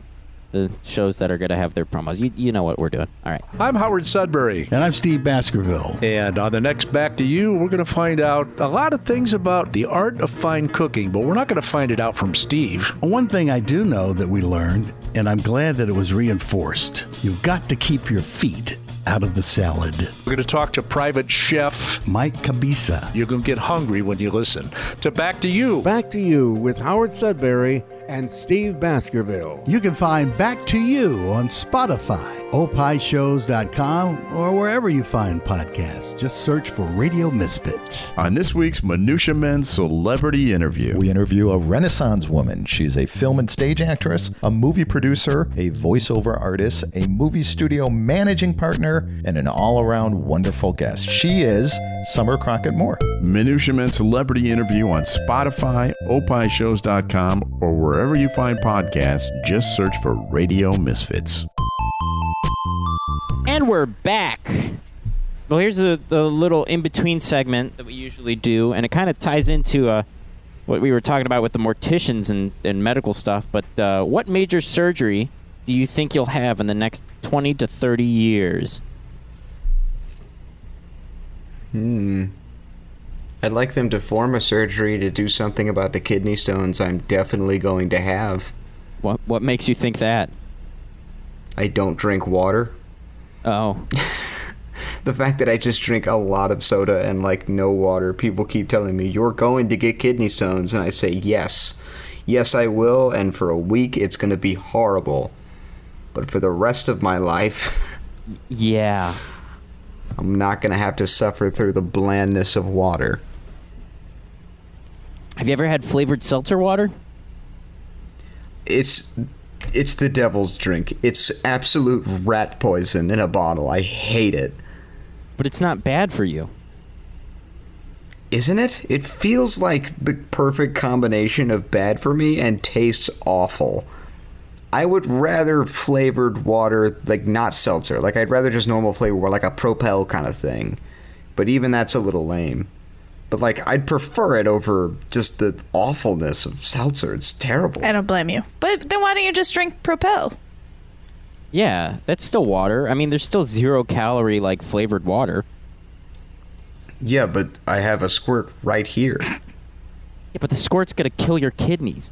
Speaker 3: the shows that are going to have their promos. You, you know what we're doing. All right.
Speaker 13: I'm Howard Sudbury.
Speaker 2: And I'm Steve Baskerville.
Speaker 13: And on the next Back to You, we're going to find out a lot of things about the art of fine cooking, but we're not going to find it out from Steve.
Speaker 14: One thing I do know that we learned, and I'm glad that it was reinforced, you've got to keep your feet out of the salad.
Speaker 13: We're going to talk to private chef.
Speaker 14: Mike Cabisa.
Speaker 13: You're going to get hungry when you listen. To Back to You.
Speaker 15: Back to you with Howard Sudbury and Steve Baskerville.
Speaker 14: You can find Back to You on Spotify, opishows.com, or wherever you find podcasts. Just search for Radio Misfits.
Speaker 4: On this week's Minutia Men Celebrity Interview,
Speaker 2: We interview a Renaissance woman. She's a film and stage actress, a movie producer, a voiceover artist, a movie studio managing partner, and an all around wonderful guest. She is Summer Crockett Moore.
Speaker 4: Minutia Men Celebrity Interview on Spotify, opishows.com, or wherever you find podcasts, just search for Radio Misfits.
Speaker 3: And we're back. Well, here's the, the little in between segment that we usually do, and it kind of ties into uh, what we were talking about with the morticians and, and medical stuff. But uh, what major surgery do you think you'll have in the next 20 to 30 years?
Speaker 6: Hmm. I'd like them to form a surgery to do something about the kidney stones I'm definitely going to have.
Speaker 3: What, what makes you think that?
Speaker 6: I don't drink water.
Speaker 3: Oh,
Speaker 6: The fact that I just drink a lot of soda and like no water, people keep telling me, You're going to get kidney stones. And I say, Yes. Yes, I will. And for a week, it's going to be horrible. But for the rest of my life,
Speaker 3: yeah.
Speaker 6: I'm not going to have to suffer through the blandness of water.
Speaker 3: Have you ever had flavored seltzer water?
Speaker 6: It's it's the devil's drink. It's absolute rat poison in a bottle. I hate it.
Speaker 3: But it's not bad for you.
Speaker 6: Isn't it? It feels like the perfect combination of bad for me and tastes awful. I would rather flavored water, like not seltzer. Like I'd rather just normal flavor water, like a Propel kind of thing. But even that's a little lame. But like I'd prefer it over just the awfulness of seltzer. It's terrible.
Speaker 1: I don't blame you. But then why don't you just drink Propel?
Speaker 3: Yeah, that's still water. I mean, there's still zero calorie, like flavored water.
Speaker 6: Yeah, but I have a squirt right here.
Speaker 3: Yeah, but the squirt's gonna kill your kidneys.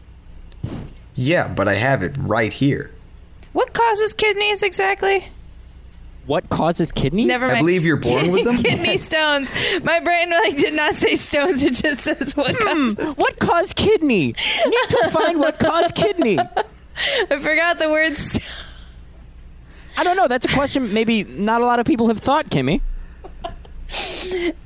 Speaker 6: Yeah, but I have it right here.
Speaker 1: What causes kidneys exactly?
Speaker 3: What causes kidneys?
Speaker 1: Never mind.
Speaker 6: I believe you're born with them.
Speaker 1: Kidney stones. My brain like did not say stones. It just says what causes.
Speaker 3: What caused kidney? We need to find what caused kidney.
Speaker 1: I forgot the word. Stone.
Speaker 3: I don't know. That's a question maybe not a lot of people have thought, Kimmy.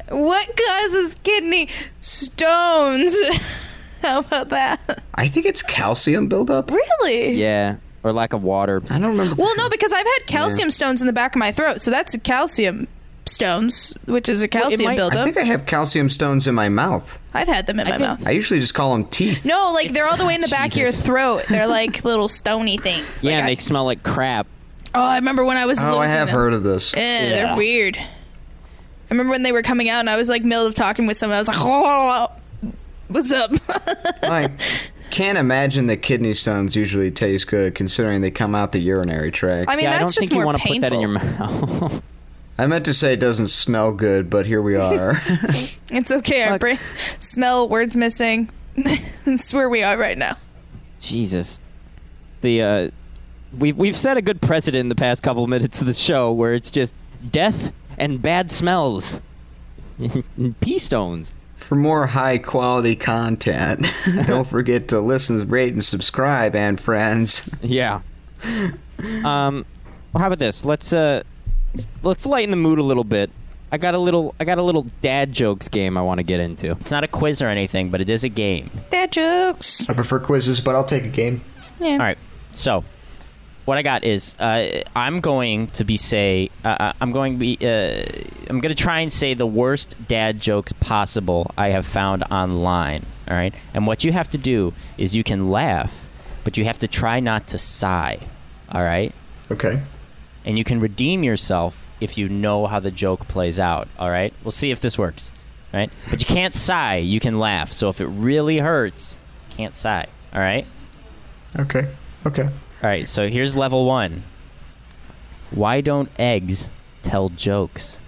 Speaker 1: What causes kidney stones? How about that?
Speaker 6: I think it's calcium buildup.
Speaker 1: Really?
Speaker 3: Yeah, or lack of water.
Speaker 6: I don't remember.
Speaker 1: Well, no, because I've had calcium stones in the back of my throat, so that's a calcium stones, which is a calcium
Speaker 3: might-
Speaker 6: I
Speaker 1: buildup.
Speaker 6: think I have calcium stones in my mouth.
Speaker 1: I've had them in my
Speaker 3: think-
Speaker 1: mouth.
Speaker 6: I usually just call them teeth.
Speaker 1: No, like they're all the way in the back of your
Speaker 3: Jesus.
Speaker 1: throat. They're like little stony things.
Speaker 3: Yeah,
Speaker 1: Like,
Speaker 3: and
Speaker 1: I-
Speaker 3: they smell like crap.
Speaker 1: Oh, I remember when I was.
Speaker 6: Oh, I
Speaker 1: losing
Speaker 6: have
Speaker 1: them.
Speaker 6: heard of this.
Speaker 1: Eh,
Speaker 3: Yeah.
Speaker 1: They're weird. I remember when they were coming out, and I was like middle of talking with someone. I was like, "What's up?"
Speaker 6: I can't imagine that kidney stones usually taste good, considering they come out the urinary tract.
Speaker 1: I mean,
Speaker 3: yeah,
Speaker 1: that's
Speaker 3: I don't
Speaker 1: just
Speaker 3: think
Speaker 1: more
Speaker 3: you want to
Speaker 1: painful.
Speaker 3: put that in your mouth.
Speaker 6: I meant to say it doesn't smell good, but here we are.
Speaker 1: It's okay. Our
Speaker 3: Fuck.
Speaker 1: brain smell words missing. that's where we are right now.
Speaker 3: Jesus, the uh, we've we've set a good precedent in the past couple of minutes of the show where it's just death and bad smells, pee stones.
Speaker 6: For more high quality content, don't forget to listen, rate, and subscribe, and friends.
Speaker 3: Yeah. Um, well, how about this? Let's uh, s- let's lighten the mood a little bit. I got a little I got a little dad jokes game I want to get into. It's not a quiz or anything, but it is a game.
Speaker 1: Dad jokes.
Speaker 12: I prefer quizzes, but I'll take a game.
Speaker 1: Yeah.
Speaker 3: All right. So, what I got is uh, I'm going to be say uh, uh, I'm going to be uh, I'm going to try and say the worst dad jokes possible I have found online. All right. And what you have to do is you can laugh, but you have to try not to sigh. All right.
Speaker 12: Okay.
Speaker 3: And you can redeem yourself if you know how the joke plays out. All right. We'll see if this works. All right. But you can't sigh. You can laugh. So if it really hurts, can't sigh. All right.
Speaker 12: Okay. Okay.
Speaker 3: All right, so here's level one. Why don't eggs tell jokes?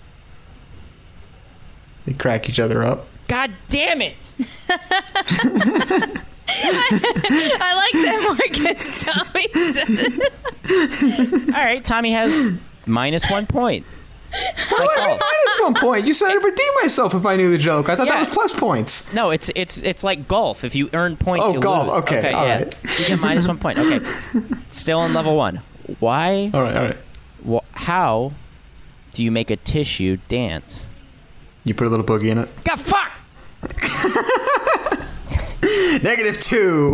Speaker 12: They crack each other up.
Speaker 3: God damn it!
Speaker 1: I like that more against Tommy. said.
Speaker 3: All right, Tommy has minus one point.
Speaker 12: How
Speaker 1: Oh.
Speaker 12: is it minus one point? You said I'd redeem myself if I knew the joke. I thought that was plus points.
Speaker 3: No, it's it's it's like golf. If you earn points,
Speaker 12: Oh,
Speaker 3: you
Speaker 12: golf.
Speaker 3: lose.
Speaker 12: Okay, all
Speaker 3: yeah.
Speaker 12: right.
Speaker 3: You get minus one point. Okay, still on level one. Why?
Speaker 12: All right, all right.
Speaker 3: Wh- how do you make a tissue dance?
Speaker 12: You put a little boogie in it.
Speaker 3: God fuck!
Speaker 12: Negative two.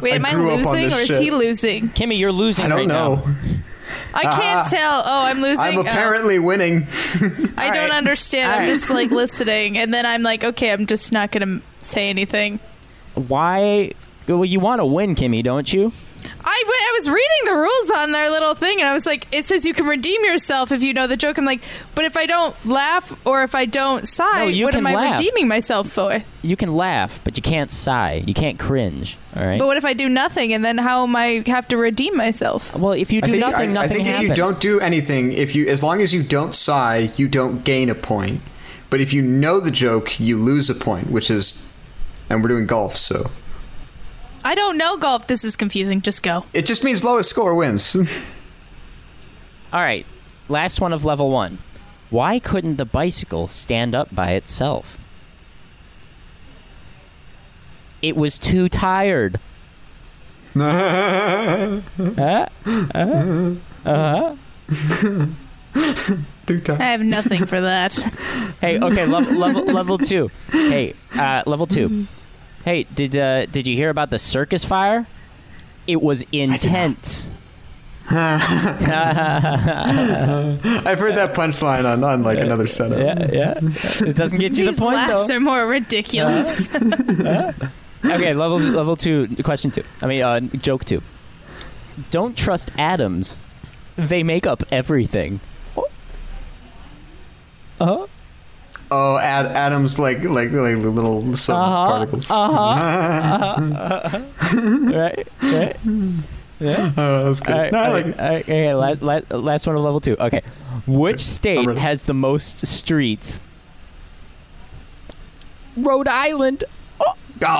Speaker 1: Wait, am I,
Speaker 12: grew up on
Speaker 1: losing
Speaker 12: this
Speaker 1: or is
Speaker 12: shit.
Speaker 1: he losing?
Speaker 3: Kimmy, you're losing.
Speaker 12: I don't
Speaker 3: right
Speaker 12: know.
Speaker 3: Now.
Speaker 1: I can't
Speaker 12: Ah.
Speaker 1: tell. Oh, I'm losing.
Speaker 12: I'm
Speaker 1: Oh.
Speaker 12: apparently winning.
Speaker 1: I don't understand. I'm just like listening, and then I'm like, okay, I'm just not gonna say anything.
Speaker 3: Why? Well, you want to win, Kimmy, don't you?
Speaker 1: I, w- I was reading the rules on their little thing, and I was like, it says you can redeem yourself if you know the joke. I'm like, but if I don't laugh or if I don't sigh,
Speaker 3: No, you
Speaker 1: what am
Speaker 3: can
Speaker 1: I
Speaker 3: laugh.
Speaker 1: redeeming myself for?
Speaker 3: You can laugh, but you can't sigh. You can't cringe. All right.
Speaker 1: But what if I do nothing, and then how am I have to redeem myself?
Speaker 3: Well, if you
Speaker 12: I think, I, I think if you don't do anything, if you as long as you don't sigh, you don't gain a point. But if you know the joke, you lose a point, which is, and we're doing golf, so
Speaker 1: I don't know golf. This is confusing. Just go.
Speaker 12: it just means lowest score wins.
Speaker 3: All right. Last one of level one. Why couldn't the bicycle stand up by itself? It was too tired. Uh, uh, uh.
Speaker 1: I have nothing for that.
Speaker 3: Hey, okay, level level, level two. Hey, uh, level two. Hey, did uh, did you hear about the circus fire? It was intense.
Speaker 12: I've heard that punchline on, on like another setup.
Speaker 3: Yeah, yeah. It doesn't get you
Speaker 1: These
Speaker 3: the point
Speaker 1: laughs
Speaker 3: though.
Speaker 1: are more ridiculous.
Speaker 3: okay, level level two, question two. I mean, uh, joke two. Don't trust atoms. They make up everything. Uh huh.
Speaker 12: Oh, Ad, Adam's like like like the little sub
Speaker 3: Uh-huh,
Speaker 12: particles.
Speaker 3: uh-huh, uh-huh, Right. Right. Yeah.
Speaker 12: Oh, that was good.
Speaker 3: All right,
Speaker 12: No, I
Speaker 3: all
Speaker 12: like
Speaker 3: right, all right, okay, la- la- last one of level two. Okay. Which state has the most streets? Rhode Island. Oh.
Speaker 1: Oh.
Speaker 3: yeah.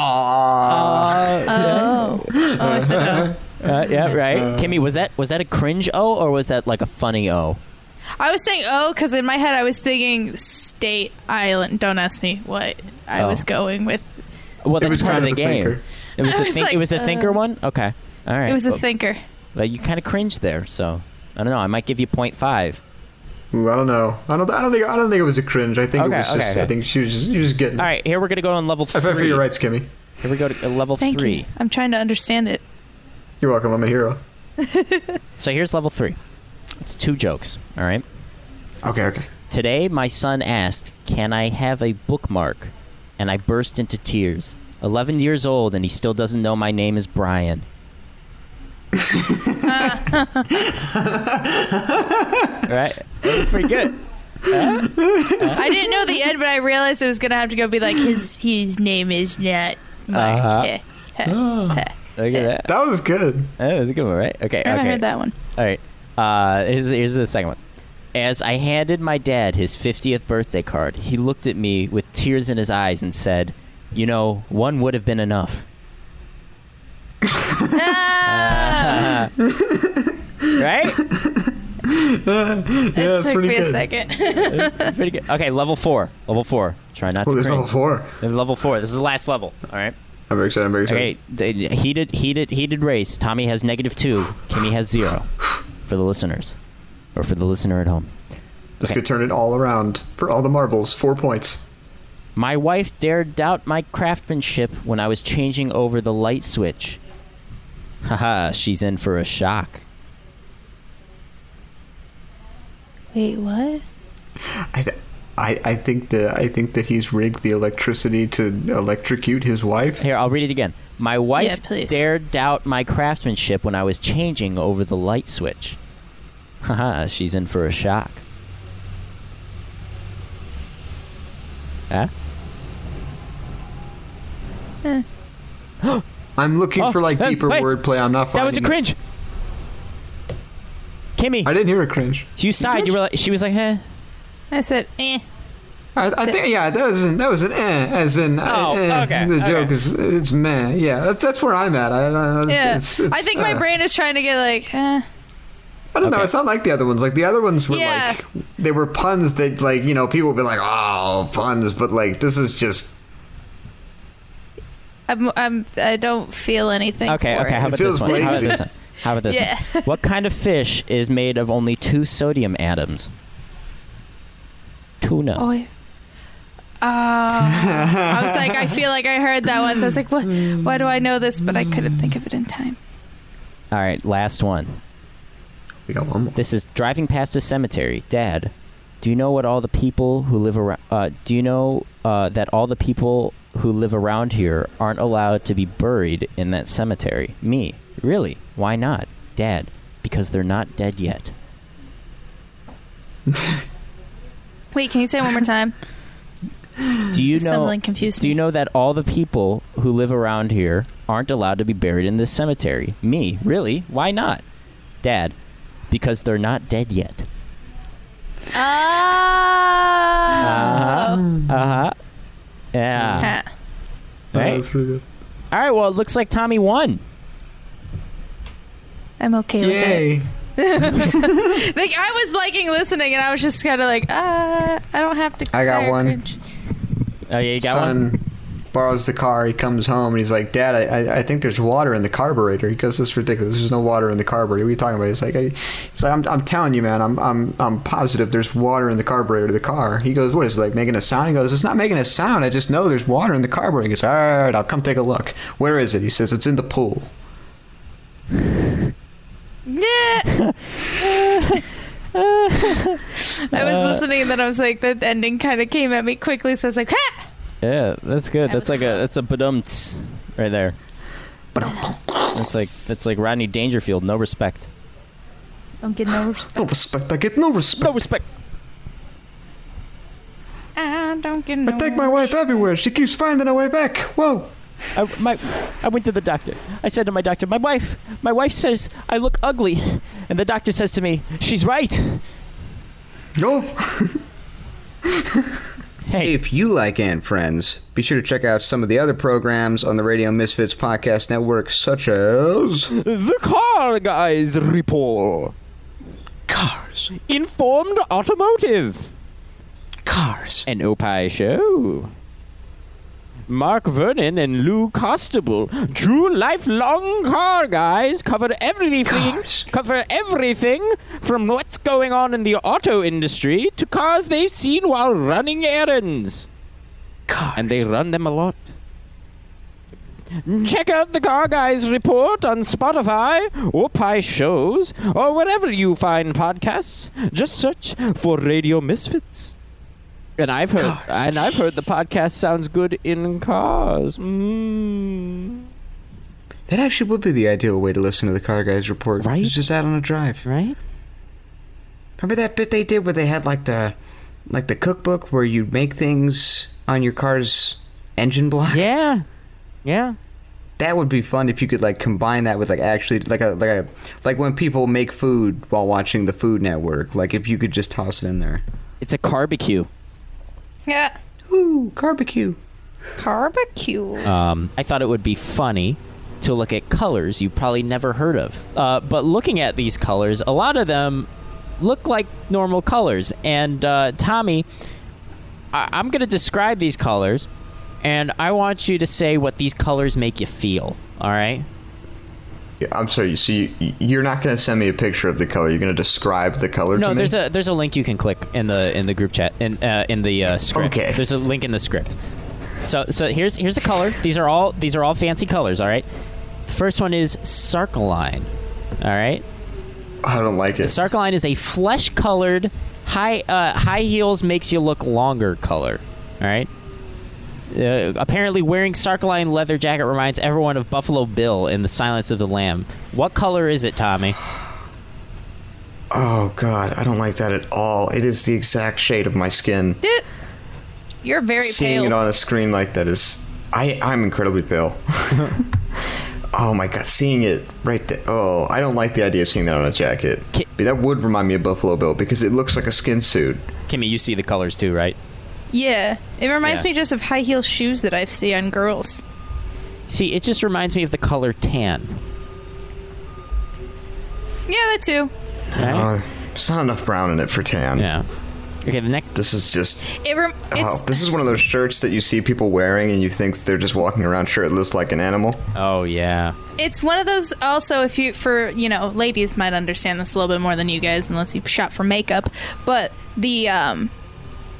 Speaker 1: Oh, I said
Speaker 3: Uh, yeah, right. Kimmy, was that was that a cringe O or was that like a funny O?
Speaker 1: I was saying oh because in my head I was thinking state island. Don't ask me what I
Speaker 3: Oh.
Speaker 1: was going with.
Speaker 3: Well,
Speaker 1: It
Speaker 3: that's
Speaker 1: was
Speaker 3: part
Speaker 1: kind
Speaker 3: of
Speaker 1: of
Speaker 3: the
Speaker 1: a
Speaker 3: game.
Speaker 1: thinker.
Speaker 3: It was
Speaker 1: I
Speaker 3: a
Speaker 1: was
Speaker 3: think.
Speaker 1: like,
Speaker 3: it was a thinker
Speaker 1: uh,
Speaker 3: one. Okay, all right.
Speaker 1: it was a
Speaker 3: Well,
Speaker 1: thinker.
Speaker 3: well, you kind of cringed there, so I don't know. I might give you 0.5.
Speaker 12: Ooh, I don't know. I don't. I don't think. I don't think it was a cringe. I think
Speaker 3: Okay,
Speaker 12: it was just.
Speaker 3: okay.
Speaker 12: I think she was just. She was getting.
Speaker 3: All right, here we're gonna go on level
Speaker 12: I
Speaker 3: three.
Speaker 12: fight for your rights, Kimmy.
Speaker 3: Here we go to uh, level
Speaker 1: Thank
Speaker 3: three.
Speaker 1: you. I'm trying to understand it.
Speaker 12: You're welcome. I'm a hero.
Speaker 3: So here's level three. It's two jokes. All right.
Speaker 12: Okay. Okay.
Speaker 3: Today, my son asked, "Can I have a bookmark?" And I burst into tears. Eleven years old, and he still doesn't know my name is Brian. right. Pretty good.
Speaker 1: I didn't know the end, but I realized I was gonna have to go be like his. His name is not Mark.
Speaker 3: Uh-huh.
Speaker 1: Heh, heh,
Speaker 12: Oh.
Speaker 1: heh.
Speaker 3: Look at that.
Speaker 12: That was good.
Speaker 3: That was a good one, right? Okay.
Speaker 1: I haven't
Speaker 3: okay.
Speaker 1: heard that one.
Speaker 3: All right. Uh, here's, here's the second one. As I handed my dad his 50th birthday card, he looked at me with tears in his eyes and said, You know, one would have been enough. right?
Speaker 1: it
Speaker 3: it's
Speaker 1: took
Speaker 3: pretty
Speaker 1: me a
Speaker 3: good.
Speaker 1: second.
Speaker 3: Pretty good. Okay, level four. Level four. Try not
Speaker 6: Oh,
Speaker 3: to.
Speaker 6: there's
Speaker 3: cringe.
Speaker 6: level four.
Speaker 3: There's level four. This is the last level. All right.
Speaker 6: I'm very excited. I'm very
Speaker 3: excited. Okay, d- heated, heated, heated race. Tommy has negative two. Kimmy has zero. For the listeners, or for the listener at home.
Speaker 12: This
Speaker 3: Okay.
Speaker 12: could turn it all around for all the marbles. Four points.
Speaker 3: My wife dared doubt my craftsmanship when I was changing over the light switch. Haha, she's in for a shock.
Speaker 1: Wait, what?
Speaker 12: I, th- I, I think that I think that he's rigged the electricity to electrocute his wife.
Speaker 3: Here, I'll read it again. My
Speaker 1: Yeah,
Speaker 3: wife
Speaker 1: please.
Speaker 3: dared doubt my craftsmanship when I was changing over the light switch. Haha, she's in for a shock. Huh?
Speaker 12: I'm looking
Speaker 3: Oh,
Speaker 12: for like
Speaker 3: hey,
Speaker 12: deeper
Speaker 3: hey.
Speaker 12: wordplay. I'm not
Speaker 3: That
Speaker 12: finding.
Speaker 3: was a cringe. Kimmy.
Speaker 12: I didn't hear a cringe.
Speaker 3: You sighed. You were like, she was like, "Huh."
Speaker 1: I said, eh.
Speaker 12: I, I think yeah, that was an, that was an eh, as in uh,
Speaker 1: Oh,
Speaker 12: eh,
Speaker 1: okay,
Speaker 12: the
Speaker 1: okay.
Speaker 12: joke is it's meh. Yeah, that's that's where I'm at. I, I, it's,
Speaker 1: Yeah.
Speaker 12: it's, it's,
Speaker 1: I think my
Speaker 12: uh,
Speaker 1: brain is trying to get like, eh.
Speaker 12: I don't know. It's not like the other ones. Like the other ones were
Speaker 1: Yeah.
Speaker 12: like they were puns that like you know people would be like oh puns, but like this is just
Speaker 1: I'm, I'm, I don't feel anything.
Speaker 3: Okay,
Speaker 1: for
Speaker 3: okay.
Speaker 1: it.
Speaker 3: How about this one? How about this one? How about this
Speaker 1: Yeah.
Speaker 3: one? What kind of fish is made of only two sodium atoms? Tuna.
Speaker 1: Oh, yeah. Uh, I was like, I feel like I heard that once. I was like, what? Why do I know this? But I couldn't think of it in time. Oh.
Speaker 3: All right, last one.
Speaker 12: We got one more.
Speaker 3: This is driving past a cemetery. Dad, do you know what all the people who live around? Uh, do you know uh, that all the people who live around here aren't allowed to be buried in that cemetery? Me, really? Why not, Dad? Because they're not dead yet.
Speaker 1: Wait, can you say it one more time?
Speaker 3: Do you know?
Speaker 1: Stumbling confused
Speaker 3: Do you know that all the people who live around here aren't allowed to be buried in this cemetery? Me, really? Why not, Dad? Because they're not dead yet.
Speaker 1: Oh. Ah.
Speaker 3: Uh huh. Uh huh.
Speaker 1: Huh.
Speaker 3: Yeah. Right? All right. Well, it looks like Tommy won.
Speaker 1: I'm okay
Speaker 3: Yay.
Speaker 1: with it. like I was liking listening, and I was just kind of like, ah, I don't have to.
Speaker 12: I got
Speaker 1: say or
Speaker 12: one.
Speaker 1: cringe.
Speaker 3: Oh yeah, you got
Speaker 12: son
Speaker 3: one.
Speaker 12: borrows the car. He comes home and he's like, "Dad, I, I, I think there's water in the carburetor." He goes, "This is ridiculous. There's no water in the carburetor. What are you talking about?" He's like, I, "It's like I'm, I'm telling you, man. I'm, I'm, I'm positive there's water in the carburetor of the car." He goes, "What is it like making a sound?" He goes, "It's not making a sound. I just know there's water in the carburetor." He goes, "All right, I'll come take a look. Where is it?" He says, "It's in the pool."
Speaker 1: Yeah. I was listening, and then I was like, the ending kind of came at me quickly, so I was like, ha!
Speaker 3: Yeah, that's good.
Speaker 1: That
Speaker 3: that's
Speaker 1: was
Speaker 3: like a that's a badumts right there. That's like that's like Rodney Dangerfield. No respect.
Speaker 1: Don't get no respect.
Speaker 12: No respect. I get no respect.
Speaker 3: No respect.
Speaker 1: I Ah, don't get no.
Speaker 12: I take my wife everywhere. She keeps finding her way back. Whoa.
Speaker 3: I, my, I went to the doctor. I said to my doctor, "My wife, my wife says I look ugly," and the doctor says to me, "She's right."
Speaker 12: No.
Speaker 6: If you like Ant Friends, be sure to check out some of the other programs on the Radio Misfits Podcast Network, such as
Speaker 3: The Car Guys Report.
Speaker 6: Cars.
Speaker 3: Informed Automotive.
Speaker 6: Cars.
Speaker 3: An Opie Show. Mark Vernon and Lou Costable, true lifelong car guys, cover everything. Cover everything from what's going on in the auto industry to cars they've seen while running errands. And they run them a lot. Check out the Car Guys Report on Spotify, or Pi Shows, or wherever you find podcasts. Just search for Radio Misfits. And I've heard, and I've heard the podcast sounds good in cars. Mm.
Speaker 6: That actually would be the ideal way to listen to the Car Guys report. Right? just out on a drive.
Speaker 3: Right?
Speaker 6: Remember that bit they did where they had like the like the cookbook where you'd make things on your car's engine block?
Speaker 3: Yeah. Yeah.
Speaker 6: That would be fun if you could like combine that with like actually like a like a like when people make food while watching the Food Network. Like if you could just toss it in there.
Speaker 3: It's a barbecue.
Speaker 1: Yeah.
Speaker 6: Ooh, barbecue.
Speaker 1: Barbecue.
Speaker 3: Um, I thought it would be funny to look at colors you probably never heard of. Uh, but looking at these colors, a lot of them look like normal colors. And uh, Tommy, I- I'm going to describe these colors, and I want you to say what these colors make you feel. All right?
Speaker 6: Yeah, I'm sorry. So you, you're not going to send me a picture of the color. You're going to describe the color
Speaker 3: No,
Speaker 6: to me.
Speaker 3: there's a there's a link you can click in the in the group chat in uh, in the uh, script. Okay. There's a link in the script. So so here's here's the color. These are all these are all fancy colors. All right. The first one is sarcoline. All right.
Speaker 6: I don't like it.
Speaker 3: Sarcoline is a flesh colored high uh, high heels makes you look longer color. All right. Uh, apparently, wearing sarcoline leather jacket reminds everyone of Buffalo Bill in The Silence of the Lamb. What color is it, Tommy?
Speaker 6: Oh god, I don't like that at all. It is the exact shade of my skin.
Speaker 1: You're very
Speaker 6: Seeing
Speaker 1: pale.
Speaker 6: it on a screen like that is I I'm incredibly pale. oh my god, seeing it right there. Oh, I don't like the idea of seeing that on a jacket. But that would remind me of Buffalo Bill because it looks like a skin suit.
Speaker 3: Kimmy, you see the colors too, right?
Speaker 1: yeah, it reminds
Speaker 3: Yeah.
Speaker 1: me just of high heel shoes that I see on girls.
Speaker 3: See, it just reminds me of the color tan.
Speaker 1: Yeah, that too.
Speaker 6: Uh, there's not enough brown in it for tan.
Speaker 3: Eh? Yeah. Okay, the next
Speaker 6: This is just
Speaker 1: It rem-
Speaker 6: Oh,
Speaker 1: it's
Speaker 6: this is one of those shirts that you see people wearing and you think they're just walking around shirtless like an animal.
Speaker 3: Oh yeah.
Speaker 1: it's one of those also if you for you know ladies might understand this a little bit more than you guys unless you shop for makeup, but the um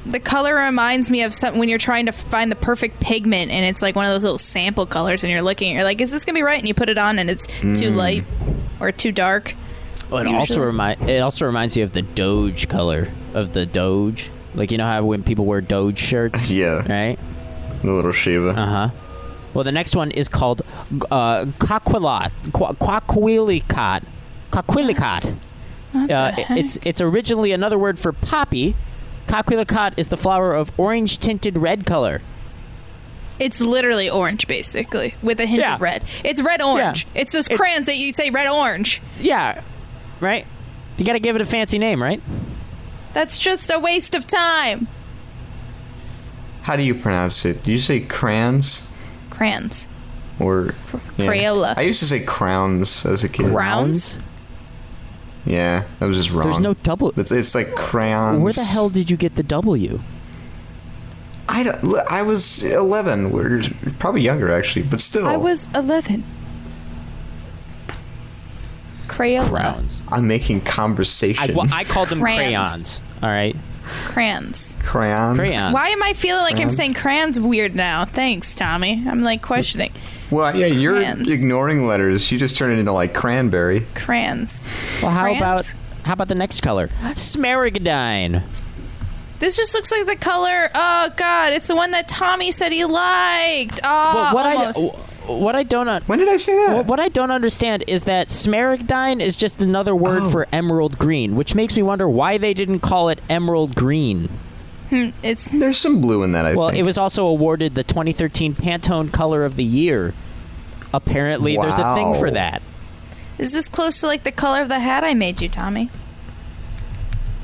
Speaker 1: the color reminds me of something when you're trying to find the perfect pigment and it's like one of those little sample colors and you're looking you're like is this going to be right and you put it on and it's too
Speaker 3: Mm.
Speaker 1: light or too dark.
Speaker 3: Oh, it also remind it also reminds you of the Doge color of the Doge. Like you know how when people wear Doge shirts.
Speaker 6: yeah.
Speaker 3: Right.
Speaker 6: The little Shiva.
Speaker 3: Uh huh. Well, the next one is called uh, Coquilat, Qua- Quaquilicot, Coquilicot. Uh,
Speaker 10: the heck?
Speaker 3: it's it's originally another word for poppy. Coquilicot is the flower of orange tinted red color.
Speaker 1: It's literally orange, basically, with a hint of red. It's red orange. It's those crayons that you say red orange.
Speaker 3: Yeah, right. You got to give it a fancy name, right?
Speaker 1: That's just a waste of time.
Speaker 6: How do you pronounce it? Do you say crayons
Speaker 1: Crayons.
Speaker 6: or
Speaker 1: Crayola.
Speaker 6: I used to say crowns as a kid.
Speaker 1: Crowns?
Speaker 6: Yeah, that was just wrong.
Speaker 3: There's no double.
Speaker 6: It's, it's like crayons.
Speaker 3: Where the hell did you get the W?
Speaker 6: I don't. Look, I was 11. We're probably younger actually, but still.
Speaker 1: I was 11. Crayola.
Speaker 3: Crowns.
Speaker 6: I'm making conversation.
Speaker 3: I, well, I called them
Speaker 1: Crayons.
Speaker 3: crayons. All right.
Speaker 1: Crayons.
Speaker 6: crayons.
Speaker 1: Why am I feeling like I'm
Speaker 6: Crayons.
Speaker 1: saying crayons weird now? Thanks, Tommy. I'm like questioning.
Speaker 6: Well, yeah, you're
Speaker 1: Crayons.
Speaker 6: ignoring letters. You just turn it into like cranberry.
Speaker 1: Crayons.
Speaker 3: Well, how
Speaker 1: Crayons?
Speaker 3: about how about the next color? Smaragdine.
Speaker 1: This just looks like the color. Oh God! It's the one that Tommy said he liked. Oh,
Speaker 3: Well, what
Speaker 1: almost.
Speaker 3: I what I don't un-
Speaker 6: when did I say that?
Speaker 3: What, what I don't understand is that smaragdine is just another word
Speaker 6: Oh.
Speaker 3: for emerald green, which makes me wonder why they didn't call it emerald green.
Speaker 1: Hmm, it's
Speaker 6: there's some blue in that. I
Speaker 3: well,
Speaker 6: think.
Speaker 3: it was also awarded the 2013 Pantone Color of the Year. Apparently, there's a thing for
Speaker 6: Wow.
Speaker 3: that.
Speaker 1: Is this close to like the color of the hat I made you, Tommy?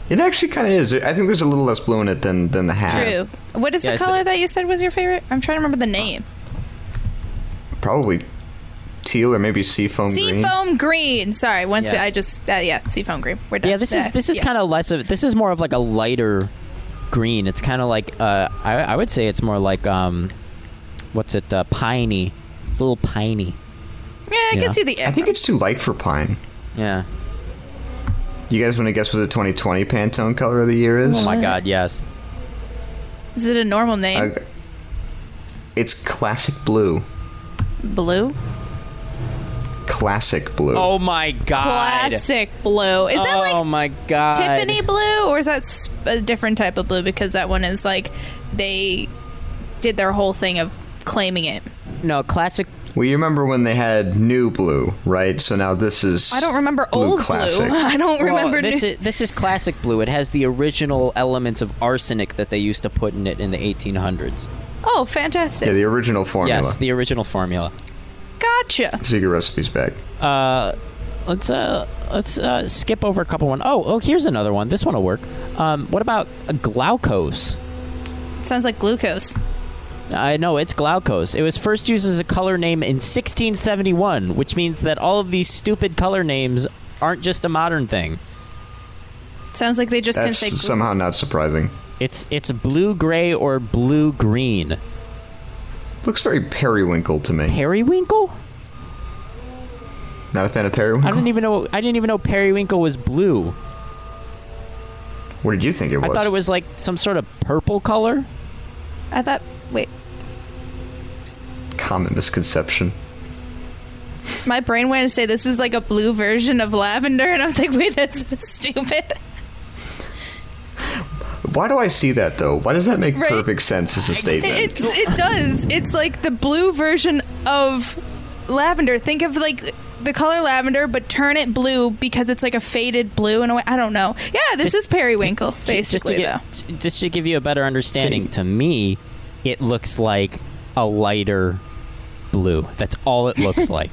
Speaker 6: It actually kind of is. I think there's a little less blue in it than than the
Speaker 3: Uh,
Speaker 6: hat.
Speaker 1: True. What is
Speaker 6: Yeah,
Speaker 1: the
Speaker 6: it's-
Speaker 1: color that you said was your favorite? I'm trying to remember the name.
Speaker 6: Probably teal or maybe seafoam green.
Speaker 1: Seafoam green. Sorry, once
Speaker 3: Yes.
Speaker 1: I just uh, yeah, seafoam green. We're done. Uh,
Speaker 3: Yeah, this is this is kind of less of this is more of like a lighter green. It's kind of like uh, I, I would say it's more like um, what's it? Uh, piney. It's a little piney.
Speaker 1: Yeah, I
Speaker 3: Yeah.
Speaker 1: can see the.
Speaker 6: I think it's too light for pine.
Speaker 3: Yeah.
Speaker 6: You guys want to guess what the 2020 Pantone color of the year is?
Speaker 1: Oh my What? God,
Speaker 3: yes.
Speaker 1: Is it a normal name?
Speaker 6: Uh, It's classic blue.
Speaker 1: blue.
Speaker 6: Classic blue.
Speaker 3: Oh my god.
Speaker 1: Classic blue. Is that like
Speaker 3: Oh my god.
Speaker 1: Tiffany blue, or is that s- a different type of blue? Because that one is like they did their whole thing of claiming it.
Speaker 3: No, classic.
Speaker 6: Well, you remember when they had new blue, right? So now this is.
Speaker 1: I don't remember
Speaker 6: blue
Speaker 1: old
Speaker 6: classic.
Speaker 1: blue. I don't
Speaker 3: Well,
Speaker 1: remember.
Speaker 3: this
Speaker 1: new-
Speaker 3: is this is classic blue. It has the original elements of arsenic that they used to put in it in the 1800s.
Speaker 1: oh, fantastic!
Speaker 6: Yeah, the original formula.
Speaker 3: Yes, the original formula.
Speaker 1: gotcha.
Speaker 6: Secret recipes back.
Speaker 3: Uh, let's uh let's uh, skip over a couple one. Oh, oh, here's another one. This one will work. Um, what about glaucose?
Speaker 1: Sounds like glucose.
Speaker 3: I know it's glaucose. It was first used as a color name in 1671, which means that all of these stupid color names aren't just a modern thing.
Speaker 1: Sounds like they just can
Speaker 6: That's
Speaker 1: say.
Speaker 6: somehow not surprising.
Speaker 3: It's it's blue gray or blue green.
Speaker 6: Looks very periwinkle to me.
Speaker 3: Periwinkle?
Speaker 6: Not a fan of periwinkle.
Speaker 3: I didn't even know. I didn't even know periwinkle was blue.
Speaker 6: What did you think it was?
Speaker 3: I thought it was like some sort of purple color.
Speaker 1: I thought. Wait,
Speaker 6: Common misconception.
Speaker 1: my brain went to say this is like a blue version of lavender, and I was like, wait, that's stupid.
Speaker 6: Why do I see that though? Why does that make
Speaker 1: Right.
Speaker 6: perfect sense as a statement?
Speaker 1: It's, it does. It's like the blue version of lavender. Think of like the color lavender, but turn it blue because it's like a faded blue in a way. I don't know. Yeah, this is periwinkle, basically.
Speaker 3: just to
Speaker 1: though.
Speaker 3: get, just to give you a better understanding, to me, it looks like a lighter blue. That's all it looks like.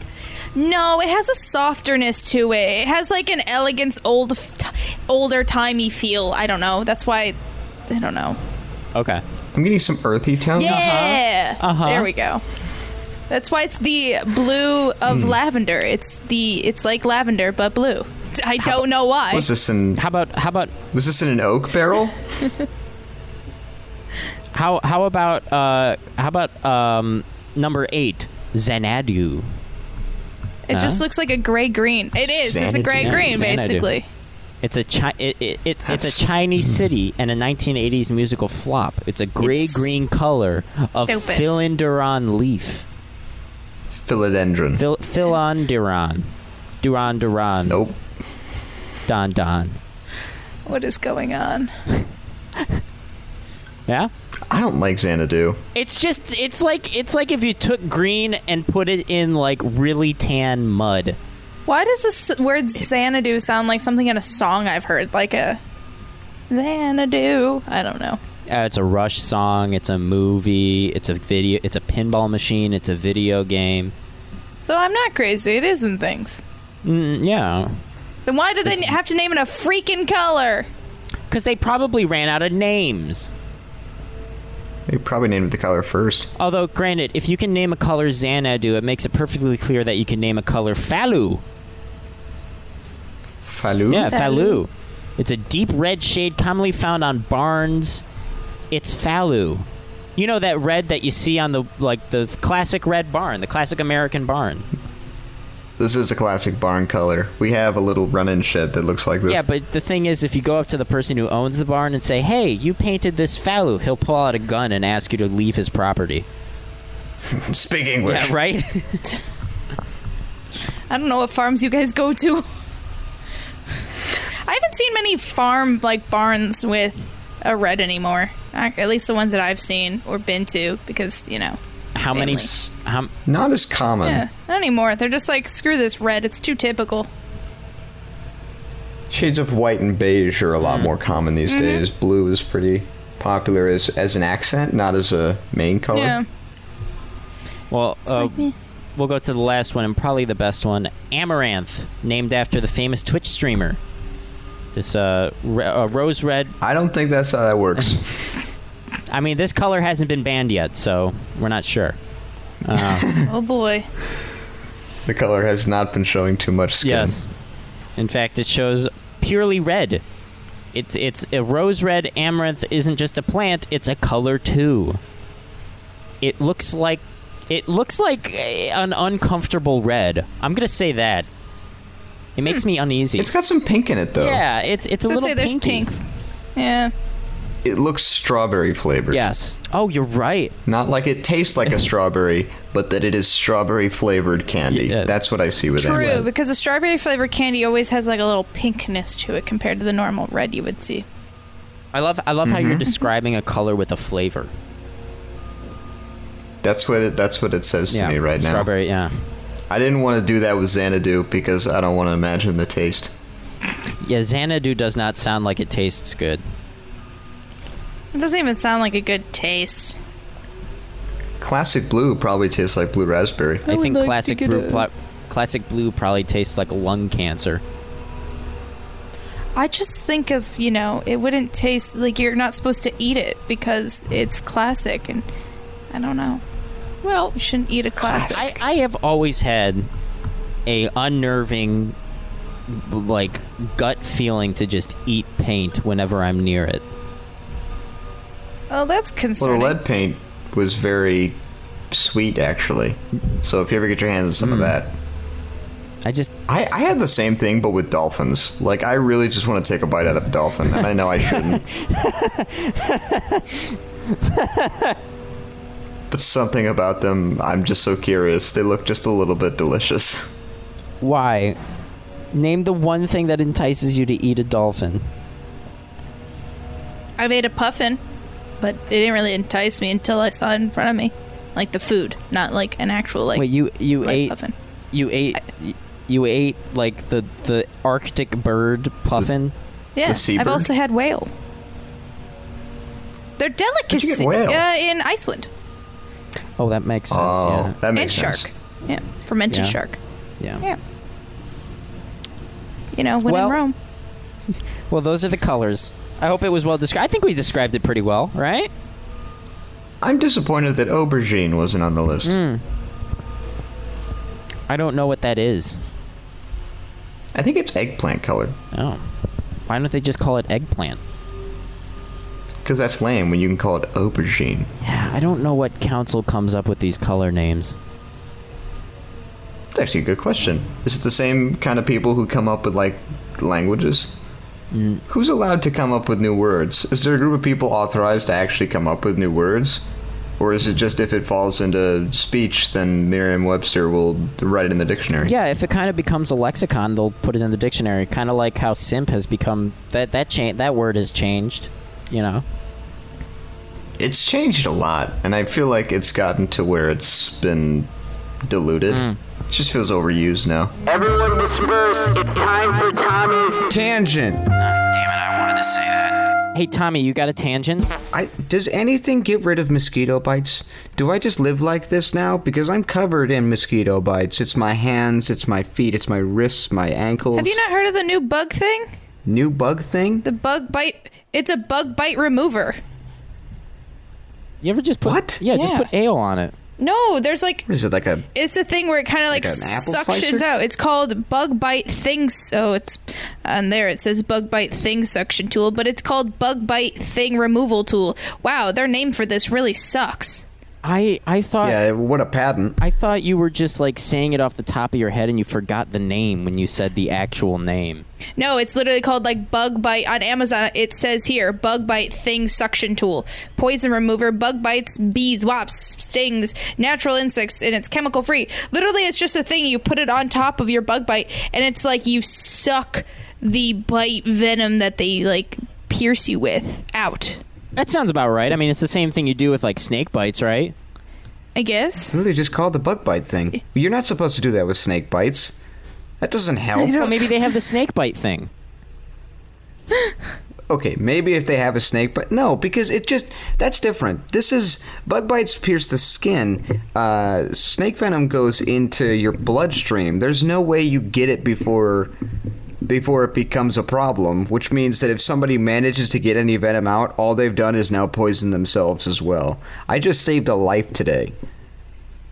Speaker 1: No, it has a softerness to it. It has like an elegance, old, t- older timey feel. I don't know. That's why. I don't know.
Speaker 3: Okay.
Speaker 6: I'm getting some earthy tones.
Speaker 1: Yeah.
Speaker 6: Uh-huh.
Speaker 1: There we go. That's why it's the blue of lavender. It's the it's like lavender but blue. I don't know why.
Speaker 6: Was this in?
Speaker 3: How about? How about?
Speaker 6: Was this in an oak barrel?
Speaker 3: How how about uh how about um number eight Xanadu?
Speaker 1: It just
Speaker 3: Huh?
Speaker 1: looks like a gray green. It is. It's a gray
Speaker 3: Xanadu.
Speaker 1: green,
Speaker 3: Xanadu.
Speaker 1: basically.
Speaker 3: It's a chi- it, it, it, it's a Chinese
Speaker 1: mm.
Speaker 3: city and a 1980s musical flop. It's a gray green color of
Speaker 1: Stupid.
Speaker 3: philodendron leaf.
Speaker 6: Philodendron.
Speaker 3: Phil, philodendron. Duran Duran.
Speaker 6: Nope.
Speaker 3: Don Don.
Speaker 1: What is going on?
Speaker 3: Yeah.
Speaker 6: I don't like Xanadu.
Speaker 3: It's just it's like it's like if you took green and put it in like really tan mud.
Speaker 1: Why does this word Xanadu sound like something in a song I've heard? Like a Xanadu. I don't know.
Speaker 3: Uh, it's a Rush song. It's a movie. It's a video. It's a pinball machine. It's a video game.
Speaker 1: So I'm not crazy. It is in things.
Speaker 3: Mm, yeah.
Speaker 1: Then why do they
Speaker 3: It's-
Speaker 1: have to name it a freaking color?
Speaker 3: Because they probably ran out of names.
Speaker 6: They probably named it the color first.
Speaker 3: Although, granted, if you can name a color Xanadu, it makes it perfectly clear that you can name a color Falu.
Speaker 6: Falu?
Speaker 3: Yeah,
Speaker 6: Falu.
Speaker 3: Falu. It's a deep red shade commonly found on barns. It's Falu. You know that red that you see on the like the classic red barn, the classic American barn.
Speaker 6: This is a classic barn color. We have a little run-in shed that looks like this.
Speaker 3: Yeah, but the thing is, if you go up to the person who owns the barn and say, "Hey, you painted this Falu," he'll pull out a gun and ask you to leave his property.
Speaker 6: Speak English.
Speaker 3: Yeah, right.
Speaker 1: I don't know what farms you guys go to. I haven't seen many farm like barns with a red anymore. Ac- At least the ones that I've seen or been to, because you know.
Speaker 3: How many?
Speaker 1: family.
Speaker 3: How,
Speaker 6: Not as common.
Speaker 1: Yeah, not anymore. They're just like screw this red. It's too typical.
Speaker 6: Shades of white and beige are a
Speaker 3: Mm.
Speaker 6: lot more common these
Speaker 1: Mhm.
Speaker 6: days. Blue is pretty popular as as an accent, not as a main color.
Speaker 1: Yeah.
Speaker 3: Well, uh,
Speaker 1: like me.
Speaker 3: we'll go to the last one and probably the best one Amaranth, named after the famous Twitch streamer. This uh, re- uh, rose red.
Speaker 6: I don't think that's how that works.
Speaker 3: I mean, this color hasn't been banned yet, so we're not sure. Uh,
Speaker 1: Oh boy.
Speaker 6: The color has not been showing too much skin.
Speaker 3: yes. In fact, it shows purely red. It's it's a rose red amaranth isn't just a plant; it's a color too. It looks like it looks like eh, an uncomfortable red. I'm gonna say that. It makes me uneasy.
Speaker 6: Hmm. It's got some pink in it though.
Speaker 3: Yeah, it's it's a
Speaker 1: So
Speaker 3: little
Speaker 1: say there's
Speaker 3: pinky.
Speaker 1: pink. Yeah.
Speaker 6: It looks strawberry flavored.
Speaker 3: Yes. Oh, you're right.
Speaker 6: Not like it tastes like a strawberry, but that it is strawberry flavored candy. That's what I see with
Speaker 1: True,
Speaker 6: Amaranth.
Speaker 1: because the strawberry flavored candy always has like a little pinkness to it compared to the normal red you would see.
Speaker 3: I love I love how you're
Speaker 6: Mhm.
Speaker 3: describing a color with a flavor.
Speaker 6: That's what it, that's what it says
Speaker 3: Yeah,
Speaker 6: to me right now.
Speaker 3: strawberry, yeah.
Speaker 6: I didn't want to do that with Xanadu because I don't want to imagine the taste.
Speaker 3: Yeah, Xanadu does not sound like it tastes good.
Speaker 1: It doesn't even sound like a good taste.
Speaker 6: Classic blue probably tastes like blue raspberry.
Speaker 3: I, think classic blue pla- classic blue probably tastes like lung cancer.
Speaker 1: I just think of, you know, it wouldn't taste like you're not supposed to eat it because it's classic and I don't know.
Speaker 3: Well,
Speaker 1: you shouldn't eat a classic.
Speaker 3: I, I have always had a unnerving like gut feeling to just eat paint whenever I'm near it.
Speaker 1: Oh, that's
Speaker 12: Well, the
Speaker 1: concerning.
Speaker 12: lead paint was very sweet, actually. So if you ever get your hands on some
Speaker 3: Hmm.
Speaker 12: of that,
Speaker 3: I just
Speaker 12: I, I had the same thing, but with dolphins. Like I really just want to take a bite out of a dolphin, and I know I shouldn't. but something about them, I'm just so curious. They look just a little bit delicious.
Speaker 3: Why? Name the one thing that entices you to eat a dolphin.
Speaker 1: I've ate a puffin, but it didn't really entice me until I saw it in front of me, like the food, not like an actual like.
Speaker 3: Wait, you you
Speaker 1: like
Speaker 3: ate
Speaker 1: puffin.
Speaker 3: you ate you ate like the the Arctic bird puffin.
Speaker 1: Yeah, I've also had whale. They're
Speaker 3: you get
Speaker 1: delicacy
Speaker 3: whale?
Speaker 1: Uh, in Iceland.
Speaker 3: Oh, that makes sense.
Speaker 12: Oh,
Speaker 3: yeah.
Speaker 12: that
Speaker 1: and shark. Yeah, fermented
Speaker 3: Yeah.
Speaker 1: shark.
Speaker 3: Yeah.
Speaker 1: Yeah. You know, when
Speaker 3: Well-
Speaker 1: in Rome.
Speaker 3: Well, those are the colors. I hope it was well described. I think we described it pretty well, right?
Speaker 12: I'm disappointed that aubergine wasn't on the list.
Speaker 3: I don't know what that is.
Speaker 12: I think it's eggplant colored.
Speaker 3: Oh. Why don't they just call it eggplant?
Speaker 12: Because that's lame when you can call it aubergine.
Speaker 3: Yeah, I don't know what council comes up with these color names.
Speaker 12: It's actually a good question. Is it the same kind of people who come up with like languages? Who's allowed to come up with new words? Is there a group of people authorized to actually come up with new words? Or is it just if it falls into speech, then Merriam Webster will write it in the dictionary?
Speaker 3: Yeah, if it kind of becomes a lexicon, they'll put it in the dictionary. Kind of like how simp has become that that cha- that word has changed, you know.
Speaker 12: It's changed a lot, and I feel like it's gotten to where it's been diluted. It just feels overused now.
Speaker 16: Everyone disperse. It's time for Tommy's
Speaker 12: tangent.
Speaker 3: Damn it, I wanted to say that. Hey Tommy, you got a tangent?
Speaker 6: I does anything get rid of mosquito bites? Do I just live like this now? Because I'm covered in mosquito bites. It's my hands, it's my feet, it's my wrists, my ankles.
Speaker 1: Have you not heard of the new bug thing?
Speaker 6: New bug thing?
Speaker 1: The bug bite. It's a bug bite remover.
Speaker 3: You ever just put What? Yeah, just
Speaker 1: Yeah.
Speaker 3: put ale on it.
Speaker 1: No, there's like
Speaker 6: Is it like a
Speaker 1: it's a thing where it kind of like,
Speaker 3: Like an apple
Speaker 1: suctions
Speaker 3: slicer?
Speaker 1: out. It's called bug bite thing. So it's on there. It says bug bite thing suction tool, but it's called bug bite thing removal tool. Wow, their name for this really sucks.
Speaker 3: I I
Speaker 1: Uh,
Speaker 3: thought
Speaker 12: Yeah, what a patent.
Speaker 3: I thought you were just like saying it off the top of your head and you forgot the name when you said the actual name.
Speaker 1: No, it's literally called like bug bite on Amazon. It says here bug bite thing suction tool, poison remover, bug bites, bees, wasps, stings, natural insects, and it's chemical free. Literally, it's just a thing you put it on top of your bug bite, and it's like you suck the bite venom that they like pierce you with out.
Speaker 3: That sounds about right. I mean, it's the same thing you do with like snake bites, right?
Speaker 1: I guess.
Speaker 6: It's literally just called the bug bite thing. You're not supposed to do that with snake bites. That doesn't help.
Speaker 3: Well, maybe they have the snake bite thing.
Speaker 6: Okay, maybe if they have a snake bite. No, because it just that's different. This is bug bites pierce the skin. Uh, snake venom goes into your bloodstream. There's no way you get it before before it becomes a problem, which means that if somebody manages to get any venom out, all they've done is now poison themselves as well. I just saved a life today.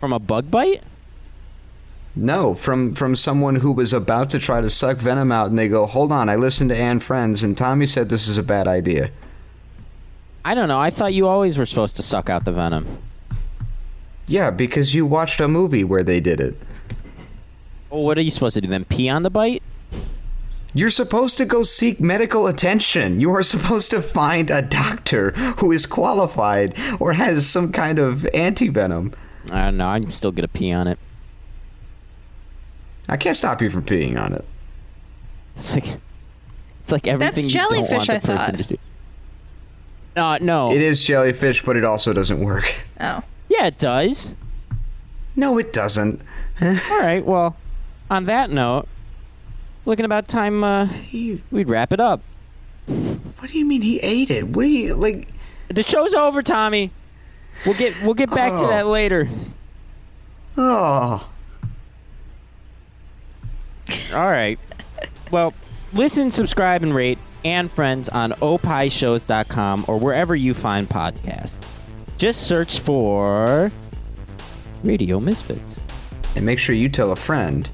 Speaker 3: From a bug bite?
Speaker 6: No, from from someone who was about to try to suck venom out and they go, "Hold on, I listened to Anne Friends and Tommy said this is a bad idea."
Speaker 3: I don't know. I thought you always were supposed to suck out the venom.
Speaker 6: Yeah, because you watched a movie where they did it.
Speaker 3: Well, what are you supposed to do then? Pee on the bite?
Speaker 6: You're supposed to go seek medical attention. You are supposed to find a doctor who is qualified or has some kind of antivenom.
Speaker 3: I don't know. I'm still gonna pee on it.
Speaker 6: I can't stop you from peeing on it.
Speaker 3: It's like it's like everything you don't want
Speaker 1: jellyfish,
Speaker 3: the
Speaker 1: I
Speaker 3: person
Speaker 1: thought.
Speaker 3: to do. Uh, no.
Speaker 6: It is jellyfish, but it also doesn't work.
Speaker 1: Oh.
Speaker 3: Yeah, it does.
Speaker 6: No, it doesn't.
Speaker 3: All right. Well, on that note, it's looking about time uh, we'd wrap it up.
Speaker 6: What do you mean he ate it? What do you like?
Speaker 3: The show's over, Tommy. We'll get we'll get back to
Speaker 6: Oh.
Speaker 3: that later.
Speaker 6: Oh.
Speaker 3: All right. Well, listen, subscribe, and rate and friends on opishows.com or wherever you find podcasts. Just search for Radio Misfits.
Speaker 6: And make sure you tell a friend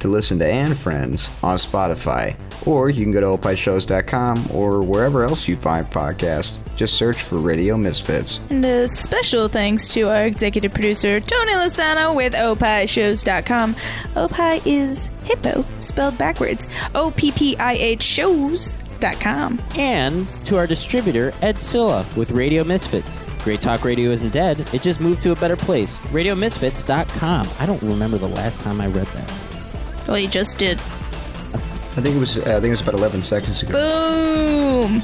Speaker 6: to listen to And Friends on Spotify, or you can go to opishows.com or wherever else you find podcasts. Just search for Radio Misfits.
Speaker 1: And a special thanks to our executive producer, Tony Lozano with opishows.com. Opie is hippo, spelled backwards. O P P I H shows.com.
Speaker 3: And to our distributor, Ed Silla, with Radio Misfits. Great Talk Radio isn't dead, it just moved to a better place. RadioMisfits.com. I don't remember the last time I read that.
Speaker 1: Well, you just did.
Speaker 6: I think it was uh, I think it was about 11 seconds ago.
Speaker 1: Boom!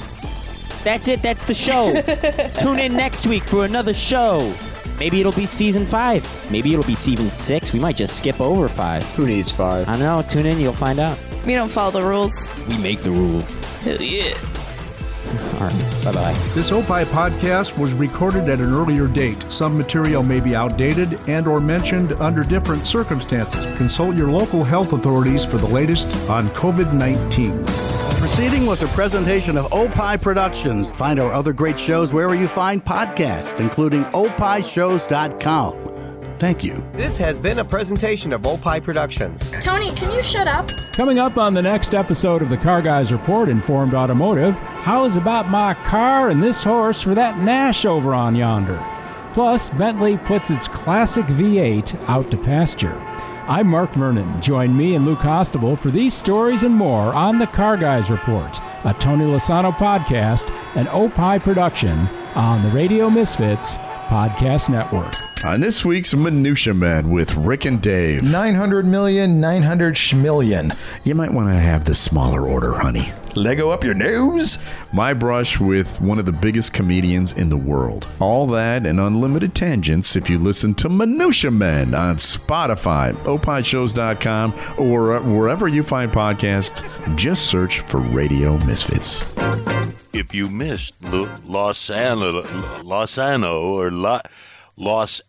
Speaker 3: That's it, that's the show. Tune in next week for another show. Maybe it'll be season five. Maybe it'll be season six. We might just skip over five.
Speaker 6: Who needs five?
Speaker 3: I don't know. Tune in, you'll find out.
Speaker 1: We don't follow the rules.
Speaker 3: We make the rules.
Speaker 1: Hell yeah.
Speaker 3: All right. Bye bye.
Speaker 13: This Opie podcast was recorded at an earlier date. Some material may be outdated and or mentioned under different circumstances. Consult your local health authorities for the latest on COVID-19.
Speaker 14: Proceeding was a presentation of Opie Productions. Find our other great shows wherever you find podcasts, including opishows.com. Thank you.
Speaker 17: This has been a presentation of Opie Productions.
Speaker 18: Tony, can you shut up?
Speaker 10: Coming up on the next episode of the Car Guys Report Informed Automotive, how's about my car and this horse for that Nash over on yonder? Plus, Bentley puts its classic V8 out to pasture. I'm Mark Vernon. Join me and Luke Hostable for these stories and more on the Car Guys Report, a Tony Lasano podcast and Opie production on the Radio Misfits Podcast Network.
Speaker 4: On Uh, this week's Minutia Men with Rick and Dave.
Speaker 2: 900 million, 900 schmillion.
Speaker 4: You might want to have the smaller order, honey.
Speaker 2: Lego up your nose?
Speaker 4: My brush with one of the biggest comedians in the world. All that and unlimited tangents if you listen to Minutia Men on Spotify, opishows.com, or uh, wherever you find podcasts. Just search for Radio Misfits.
Speaker 19: If you missed L- Losano, Losano or La- Los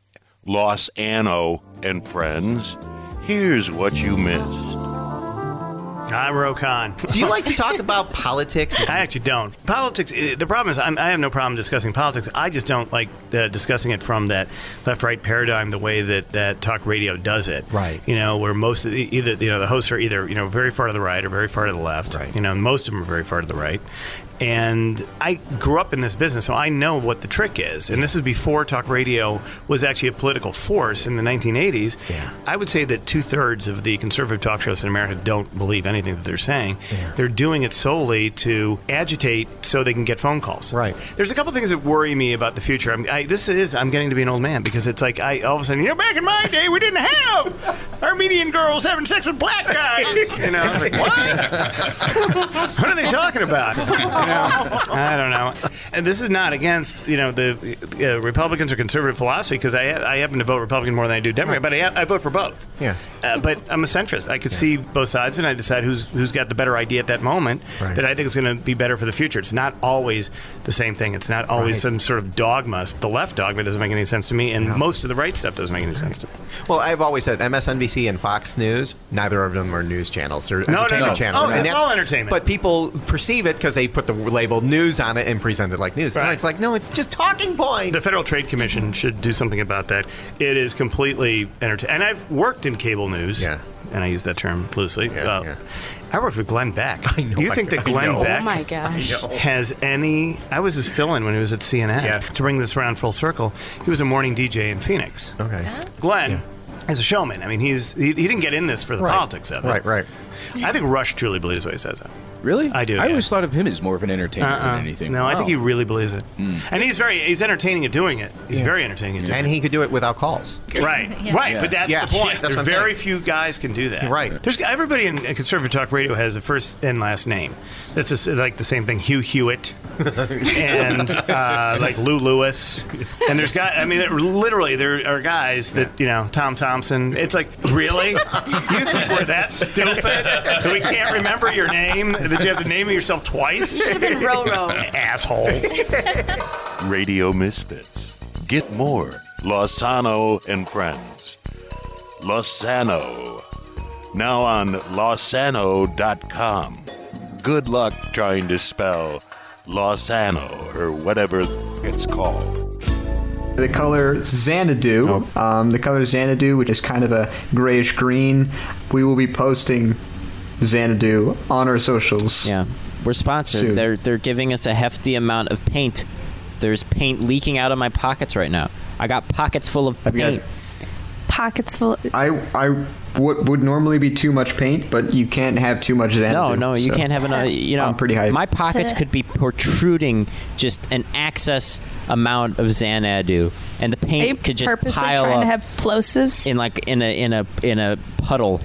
Speaker 19: Los Ano and friends, here's what you missed.
Speaker 20: I'm Rokan.
Speaker 17: Do you like to talk about politics?
Speaker 20: I actually don't. Politics. eh, The problem is, I'm, I have no problem discussing politics. I just don't like uh, discussing it from that left-right paradigm, the way that, that talk radio does it.
Speaker 17: Right.
Speaker 20: You know, where most of the, either you know the hosts are either you know very far to the right or very far to the left. Right. You know, and most of them are very far to the right. And I grew up in this business, so I know what the trick is. And this is before talk radio was actually a political force in the 1980s. I would say that two thirds of the conservative talk shows in America don't believe anything that they're saying. They're doing it solely to agitate so they can get phone calls. Right. There's a couple things that worry me about the future. I'm, I, this is I'm getting to be an old man because it's like I all of a sudden you know back in my day we didn't have Armenian girls having sex with black guys. you know, I was like, what? what are they talking about? You know, I don't know. And this is not against you know the uh, Republicans or conservative philosophy because I I happen to vote Republican more than I do Democrat, but I, I vote for both.
Speaker 17: Yeah.
Speaker 20: Uh, but I'm a centrist. I could see both sides, and I decide who's who's got the better idea at that moment
Speaker 17: Right.
Speaker 20: that I think is going to be better for the future. It's not always the same thing. It's not always
Speaker 17: Right.
Speaker 20: some sort of dogma. The left dogma doesn't make any sense to me, and most of the right stuff doesn't make any sense to me.
Speaker 17: Well, I've always said MSNBC and Fox News, neither of them are news channels. They're
Speaker 20: no,
Speaker 17: entertainment
Speaker 20: no.
Speaker 17: channels.
Speaker 20: Oh, it's all entertainment.
Speaker 17: But people perceive it because they put the label news on it and present it like news. No, it's like, no, it's just talking points.
Speaker 20: The Federal Trade Commission should do something about that. It is completely entertaining. And I've worked in cable news. Yeah. And I use that term loosely. Uh, I worked with Glenn Beck. I know. You think that
Speaker 17: I
Speaker 20: Glenn
Speaker 17: know.
Speaker 20: Beck
Speaker 17: Oh my gosh. I know.
Speaker 20: has any? I was his fill-in when he was at CNN. To bring this around full circle, he was a morning DJ in Phoenix.
Speaker 17: Okay.
Speaker 20: Glenn is a showman. I mean, he's he, he didn't get in this for the
Speaker 21: Right.
Speaker 20: politics of it.
Speaker 21: Right,
Speaker 17: right.
Speaker 20: I think Rush truly believes what he says.
Speaker 21: Really?
Speaker 20: I do,
Speaker 21: I
Speaker 20: yeah.
Speaker 21: always thought of him as more of an entertainer
Speaker 20: Uh-uh.
Speaker 21: than anything.
Speaker 20: No, I think
Speaker 21: Wow. Hmm.
Speaker 20: he really believes it. And he's very he's entertaining at doing it. He's
Speaker 17: Yeah.
Speaker 20: very entertaining at doing
Speaker 17: And
Speaker 20: it.
Speaker 17: he could do it without calls.
Speaker 20: Right,
Speaker 17: Yeah.
Speaker 20: right,
Speaker 17: Yeah.
Speaker 20: but that's
Speaker 17: Yeah,
Speaker 20: the point.
Speaker 17: shit, that's what
Speaker 20: There's
Speaker 17: I'm saying.
Speaker 20: very few guys can do that.
Speaker 17: Right.
Speaker 20: There's everybody in in conservative talk radio has a first and last name. That's just like the same thing. Hugh Hewitt and uh, like Lou Lewis. And there's guys. I mean, there- literally, there are guys that you know Tom Thompson. It's like really, you think we're that stupid that we can't remember your name? That you have to name yourself twice?
Speaker 16: Should've been Roro.
Speaker 20: Assholes.
Speaker 19: Radio Misfits. Get more Losano and Friends. Losano. Now on losano.com. Good luck trying to spell Losano or whatever it's called.
Speaker 6: the color Xanadu. Um, the color Xanadu, which is kind of a grayish green. We will be posting Xanadu on our socials.
Speaker 3: Yeah, we're sponsored.
Speaker 6: Soon.
Speaker 3: They're they're giving us a hefty amount of paint. There's paint leaking out of my pockets right now. I got pockets full of paint.
Speaker 1: Pockets full. Of-
Speaker 6: I I would, would normally be too much paint, but you can't have too much Xanadu.
Speaker 3: No, no, you
Speaker 6: so
Speaker 3: can't have an. uh, You know,
Speaker 6: I'm pretty high.
Speaker 3: My pockets could be protruding just an excess amount of Xanadu, and the
Speaker 1: Are you
Speaker 3: paint could just
Speaker 1: purposely
Speaker 3: pile
Speaker 1: trying
Speaker 3: up
Speaker 1: to have plosives?
Speaker 3: in like in a in a in a puddle.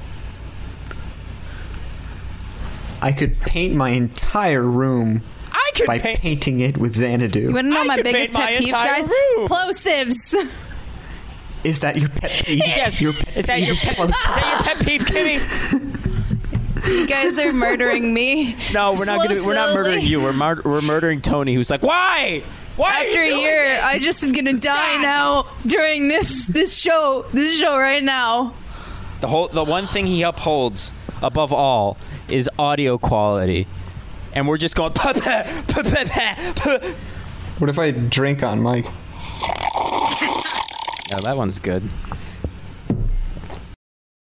Speaker 6: I could paint my entire room.
Speaker 3: I could
Speaker 6: by
Speaker 3: paint-
Speaker 6: painting it with Xanadu.
Speaker 1: You want to know
Speaker 3: I
Speaker 1: my
Speaker 3: could
Speaker 1: biggest
Speaker 3: paint
Speaker 1: pet
Speaker 3: my
Speaker 1: peeve,
Speaker 3: entire
Speaker 1: guys? Plosives.
Speaker 6: Is that your pet peeve?
Speaker 1: Yes.
Speaker 6: Your pet
Speaker 1: Is that
Speaker 6: peeve
Speaker 1: your
Speaker 6: is
Speaker 1: pet-
Speaker 6: plosives.
Speaker 1: is that
Speaker 3: your pet peeve, Kitty?
Speaker 1: you guys are murdering me.
Speaker 3: No, we're not
Speaker 1: Slow,
Speaker 3: gonna, we're not
Speaker 1: slowly.
Speaker 3: murdering you. We're mar- we're murdering Tony, who's like, why? Why? are you
Speaker 1: After a
Speaker 3: doing
Speaker 1: year, uh,
Speaker 3: this?"
Speaker 1: I just am gonna die now during this this show this show right now.
Speaker 3: The whole the one thing he upholds above all is audio quality, and we're just going. no,
Speaker 6: What if I drink on Mike?
Speaker 3: that one's good.